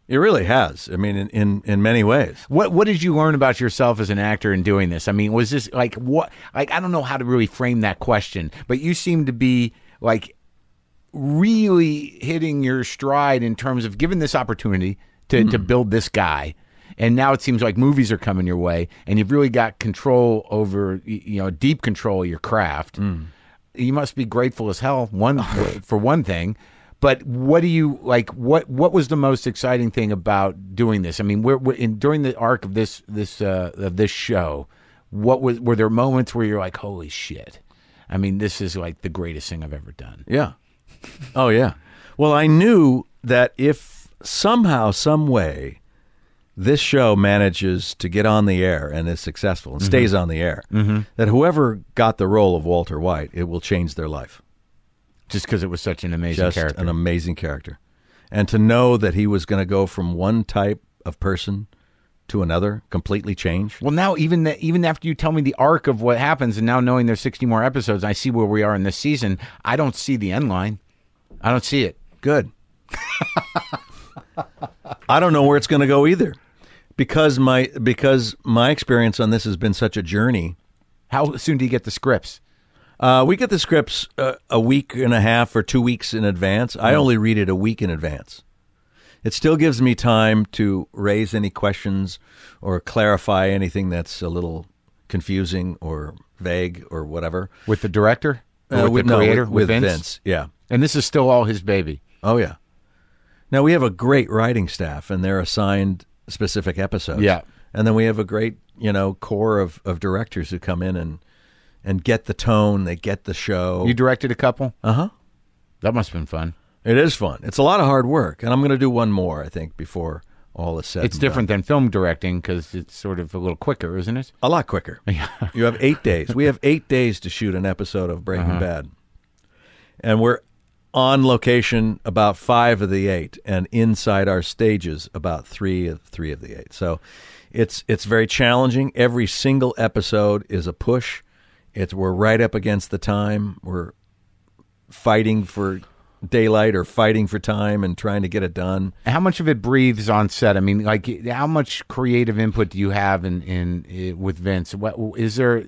Speaker 2: It really has. I mean, in, in, in many ways.
Speaker 1: What What did you learn about yourself as an actor in doing this? I mean, was this like what? Like, I don't know how to really frame that question, but you seem to be like really hitting your stride in terms of given this opportunity to to build this guy. And now it seems like movies are coming your way, and you've really got control over, y- you know, deep control of your craft. You must be grateful as hell one for one thing, but what do you like? What what was the most exciting thing about doing this? I mean, we're, we're in during the arc of this this uh, of this show. What was were there moments where you're like, holy shit? I mean, this is like the greatest thing I've ever done.
Speaker 2: Yeah. Oh yeah. Well, I knew that if somehow, some way, this show manages to get on the air and is successful and stays on the air, that whoever got the role of Walter White, it will change their life.
Speaker 1: just because it was such an amazing
Speaker 2: Just
Speaker 1: character.
Speaker 2: an amazing character. And to know that he was going to go from one type of person to another, completely change.
Speaker 1: well, now even that even after you tell me the arc of what happens, and now knowing there's 60 more episodes, I see where we are in this season. I don't see the end line. I don't see it.
Speaker 2: Good. I don't know where it's going to go either, because my because my experience on this has been such a journey.
Speaker 1: How soon do you get the scripts?
Speaker 2: Uh, we get the scripts uh, a week and a half or two weeks in advance. I only read it a week in advance. It still gives me time to raise any questions or clarify anything that's a little confusing or vague or whatever.
Speaker 1: With the director? Or
Speaker 2: Uh,
Speaker 1: with, the
Speaker 2: no,
Speaker 1: creator?
Speaker 2: with, with Vince, yeah.
Speaker 1: And this is still all his baby.
Speaker 2: Oh yeah. Now we have a great writing staff, and they're assigned specific episodes.
Speaker 1: Yeah.
Speaker 2: and then we have a great you know core of, of directors who come in and and get the tone, they get the show.
Speaker 1: You directed a couple?
Speaker 2: uh huh.
Speaker 1: That must have been fun.
Speaker 2: It is fun. It's a lot of hard work, and I'm going to do one more, I think, before all is said.
Speaker 1: It's
Speaker 2: and
Speaker 1: different than film directing because it's sort of a little quicker, isn't it?
Speaker 2: done. a lot
Speaker 1: [laughs]
Speaker 2: quicker. you have eight days. We have eight days to shoot an episode of Breaking
Speaker 1: Uh-huh.
Speaker 2: Bad, and we're on location about five of the eight, and inside our stages about three of three of the eight. So, it's it's very challenging. Every single episode is a push. It's we're right up against the time. We're fighting for daylight or fighting for time and trying to get it done.
Speaker 1: How much of it breathes on set? I mean, like, how much creative input do you have in in uh, with Vince? What is there?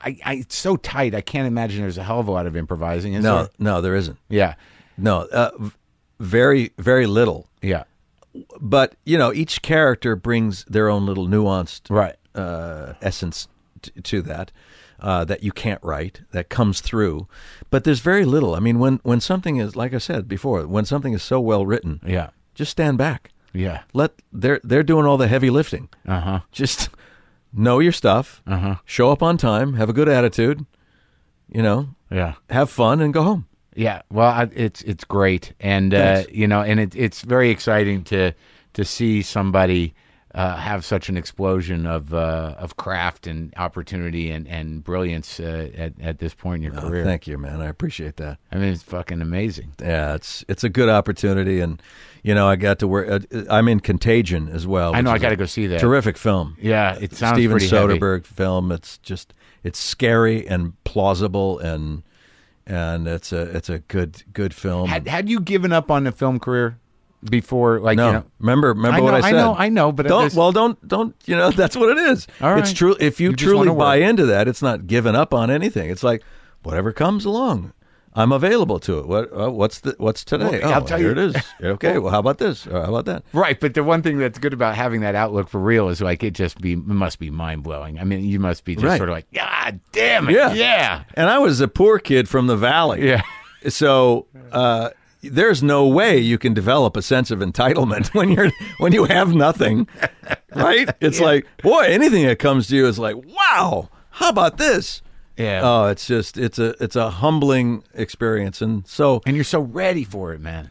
Speaker 1: I, I it's so tight. I can't imagine there's a hell of a lot of improvising. Is
Speaker 2: No,
Speaker 1: there?
Speaker 2: no, there isn't.
Speaker 1: Yeah.
Speaker 2: No, uh, v- very, very little.
Speaker 1: Yeah.
Speaker 2: But you know, each character brings their own little nuanced
Speaker 1: Right.
Speaker 2: uh, essence t- to that uh, that you can't write that comes through. But there's very little. I mean, when when something is like I said before, when something is so well written,
Speaker 1: Yeah.
Speaker 2: just stand back.
Speaker 1: Yeah.
Speaker 2: Let they're they're doing all the heavy lifting.
Speaker 1: Uh huh.
Speaker 2: Just know your stuff.
Speaker 1: Uh-huh.
Speaker 2: Show up on time. Have a good attitude. You know,
Speaker 1: Yeah.
Speaker 2: have fun and go home.
Speaker 1: Yeah, well, I, it's it's great, and uh, you know, and it, it's very exciting to to see somebody uh, have such an explosion of uh, of craft and opportunity and and brilliance uh, at at this point in your career.
Speaker 2: Oh, Thank you, man. I appreciate that.
Speaker 1: I mean, it's fucking amazing.
Speaker 2: yeah, it's it's a good opportunity, and you know I got to work. Uh, I'm in Contagion as well.
Speaker 1: I know,
Speaker 2: which
Speaker 1: I
Speaker 2: is
Speaker 1: got to
Speaker 2: a
Speaker 1: go see that.
Speaker 2: Terrific film.
Speaker 1: Yeah, it sounds
Speaker 2: Steven
Speaker 1: pretty heavy.
Speaker 2: Soderbergh film. It's just it's scary and plausible and and it's a it's a good good film.
Speaker 1: Had had you given up on a film career before? Like,
Speaker 2: no,
Speaker 1: you know,
Speaker 2: remember remember
Speaker 1: I
Speaker 2: what
Speaker 1: know,
Speaker 2: I
Speaker 1: I
Speaker 2: said.
Speaker 1: know, I know, but
Speaker 2: don't
Speaker 1: this-
Speaker 2: well don't don't you know [laughs] that's what it is.
Speaker 1: All right.
Speaker 2: It's true. If you,
Speaker 1: You just
Speaker 2: truly
Speaker 1: wanna work.
Speaker 2: buy into that, it's not giving up on anything. It's like whatever comes along. I'm available to it. What uh, what's the what's today?
Speaker 1: Well, I'll
Speaker 2: oh,
Speaker 1: tell
Speaker 2: here
Speaker 1: you-
Speaker 2: it is.
Speaker 1: [laughs]
Speaker 2: Okay. Well, how about this? Or how about that?
Speaker 1: Right, but the one thing that's good about having that outlook for real is like it just be it must be mind blowing. I mean, you must be just
Speaker 2: Right.
Speaker 1: sort of like, God damn it,
Speaker 2: Yeah.
Speaker 1: yeah,
Speaker 2: And I was a poor kid from the valley.
Speaker 1: Yeah.
Speaker 2: So uh, there's no way you can develop a sense of entitlement [laughs] when you're when you have nothing,
Speaker 1: [laughs]
Speaker 2: right? It's like, boy, anything that comes to you is like, wow, how about this?
Speaker 1: Yeah.
Speaker 2: Oh, it's just it's a it's a humbling experience, and so
Speaker 1: and you're so ready for it, man.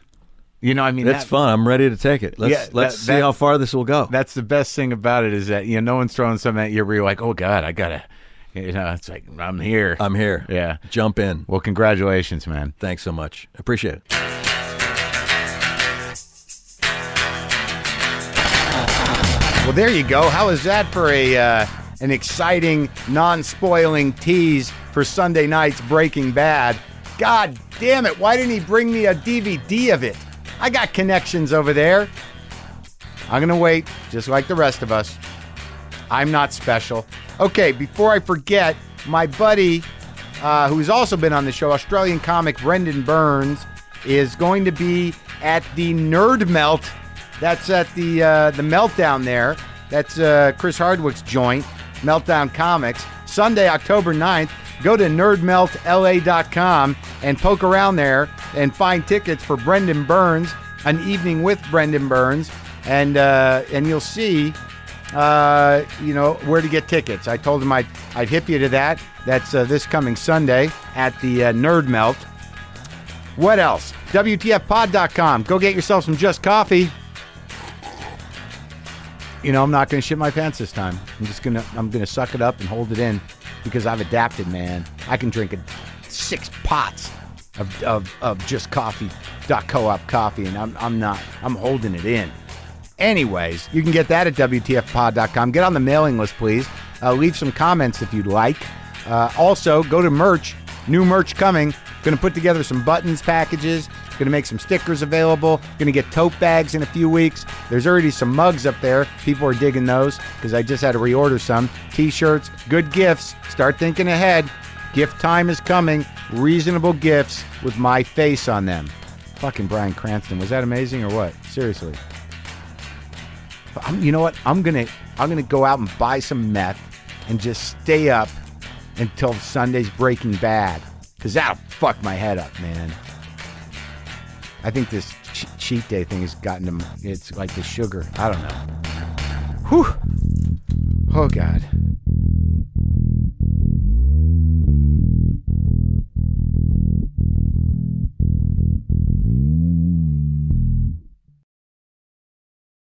Speaker 1: You know, I mean,
Speaker 2: it's
Speaker 1: that-
Speaker 2: fun. I'm ready to take it. Let's
Speaker 1: Yeah,
Speaker 2: let's
Speaker 1: that-
Speaker 2: see
Speaker 1: that-
Speaker 2: how far this will go.
Speaker 1: That's the best thing about it is that you know no one's throwing something at you where you're like, oh God, I gotta, you know, it's like I'm here.
Speaker 5: Uh,
Speaker 2: I'm here.
Speaker 1: Yeah.
Speaker 2: Jump in.
Speaker 1: well, congratulations, man.
Speaker 2: Thanks so much. Appreciate it.
Speaker 5: Well, there you go. How is that for a uh, an exciting, non-spoiling tease for Sunday night's Breaking Bad? God damn it! Why didn't he bring me a DVD of it? I got connections over there. I'm gonna wait, just like the rest of us. I'm not special. Okay, before I forget, my buddy, uh, who's also been on the show, Australian comic Brendan Burns, is going to be at the Nerd Melt. That's at the uh, the Meltdown there. That's uh, Chris Hardwick's joint, Meltdown Comics. Sunday, October 9th. Go to nerdmeltla.com and poke around there and find tickets for Brendan Burns, an evening with Brendan Burns, and uh, and you'll see uh, you know, where to get tickets. I told him I'd, I'd hip you to that. That's uh, this coming Sunday at the uh, Nerd Melt. What else? WTFpod.com. Go get yourself some Just Coffee.
Speaker 1: you know, I'm not going to shit my pants this time. I'm just going to, I'm going to suck it up and hold it in because I've adapted, man. I can drink a, six pots of, of, of just coffee, dot co-op coffee, and I'm, I'm not, I'm holding it in. Anyways, you can get that at WTFpod.com. Get on the mailing list, please. Uh, leave some comments if you'd like. Uh, also, go to merch. New merch coming. Going to put together some buttons, packages. Going to make some stickers available. Going to get tote bags in a few weeks. There's already some mugs up there. People are digging those because I just had to reorder some. T shirts, good gifts. Start thinking ahead. Gift time is coming. Reasonable gifts with my face on them. Fucking Brian Cranston. Was that amazing or what? Seriously. But I'm, you know what? I'm gonna I'm gonna go out and buy some meth and just stay up until Sunday's Breaking Bad, cause that'll fuck my head up, man. I think this che- cheat day thing has gotten to m- it's like the sugar. I don't know. Whew. Oh God.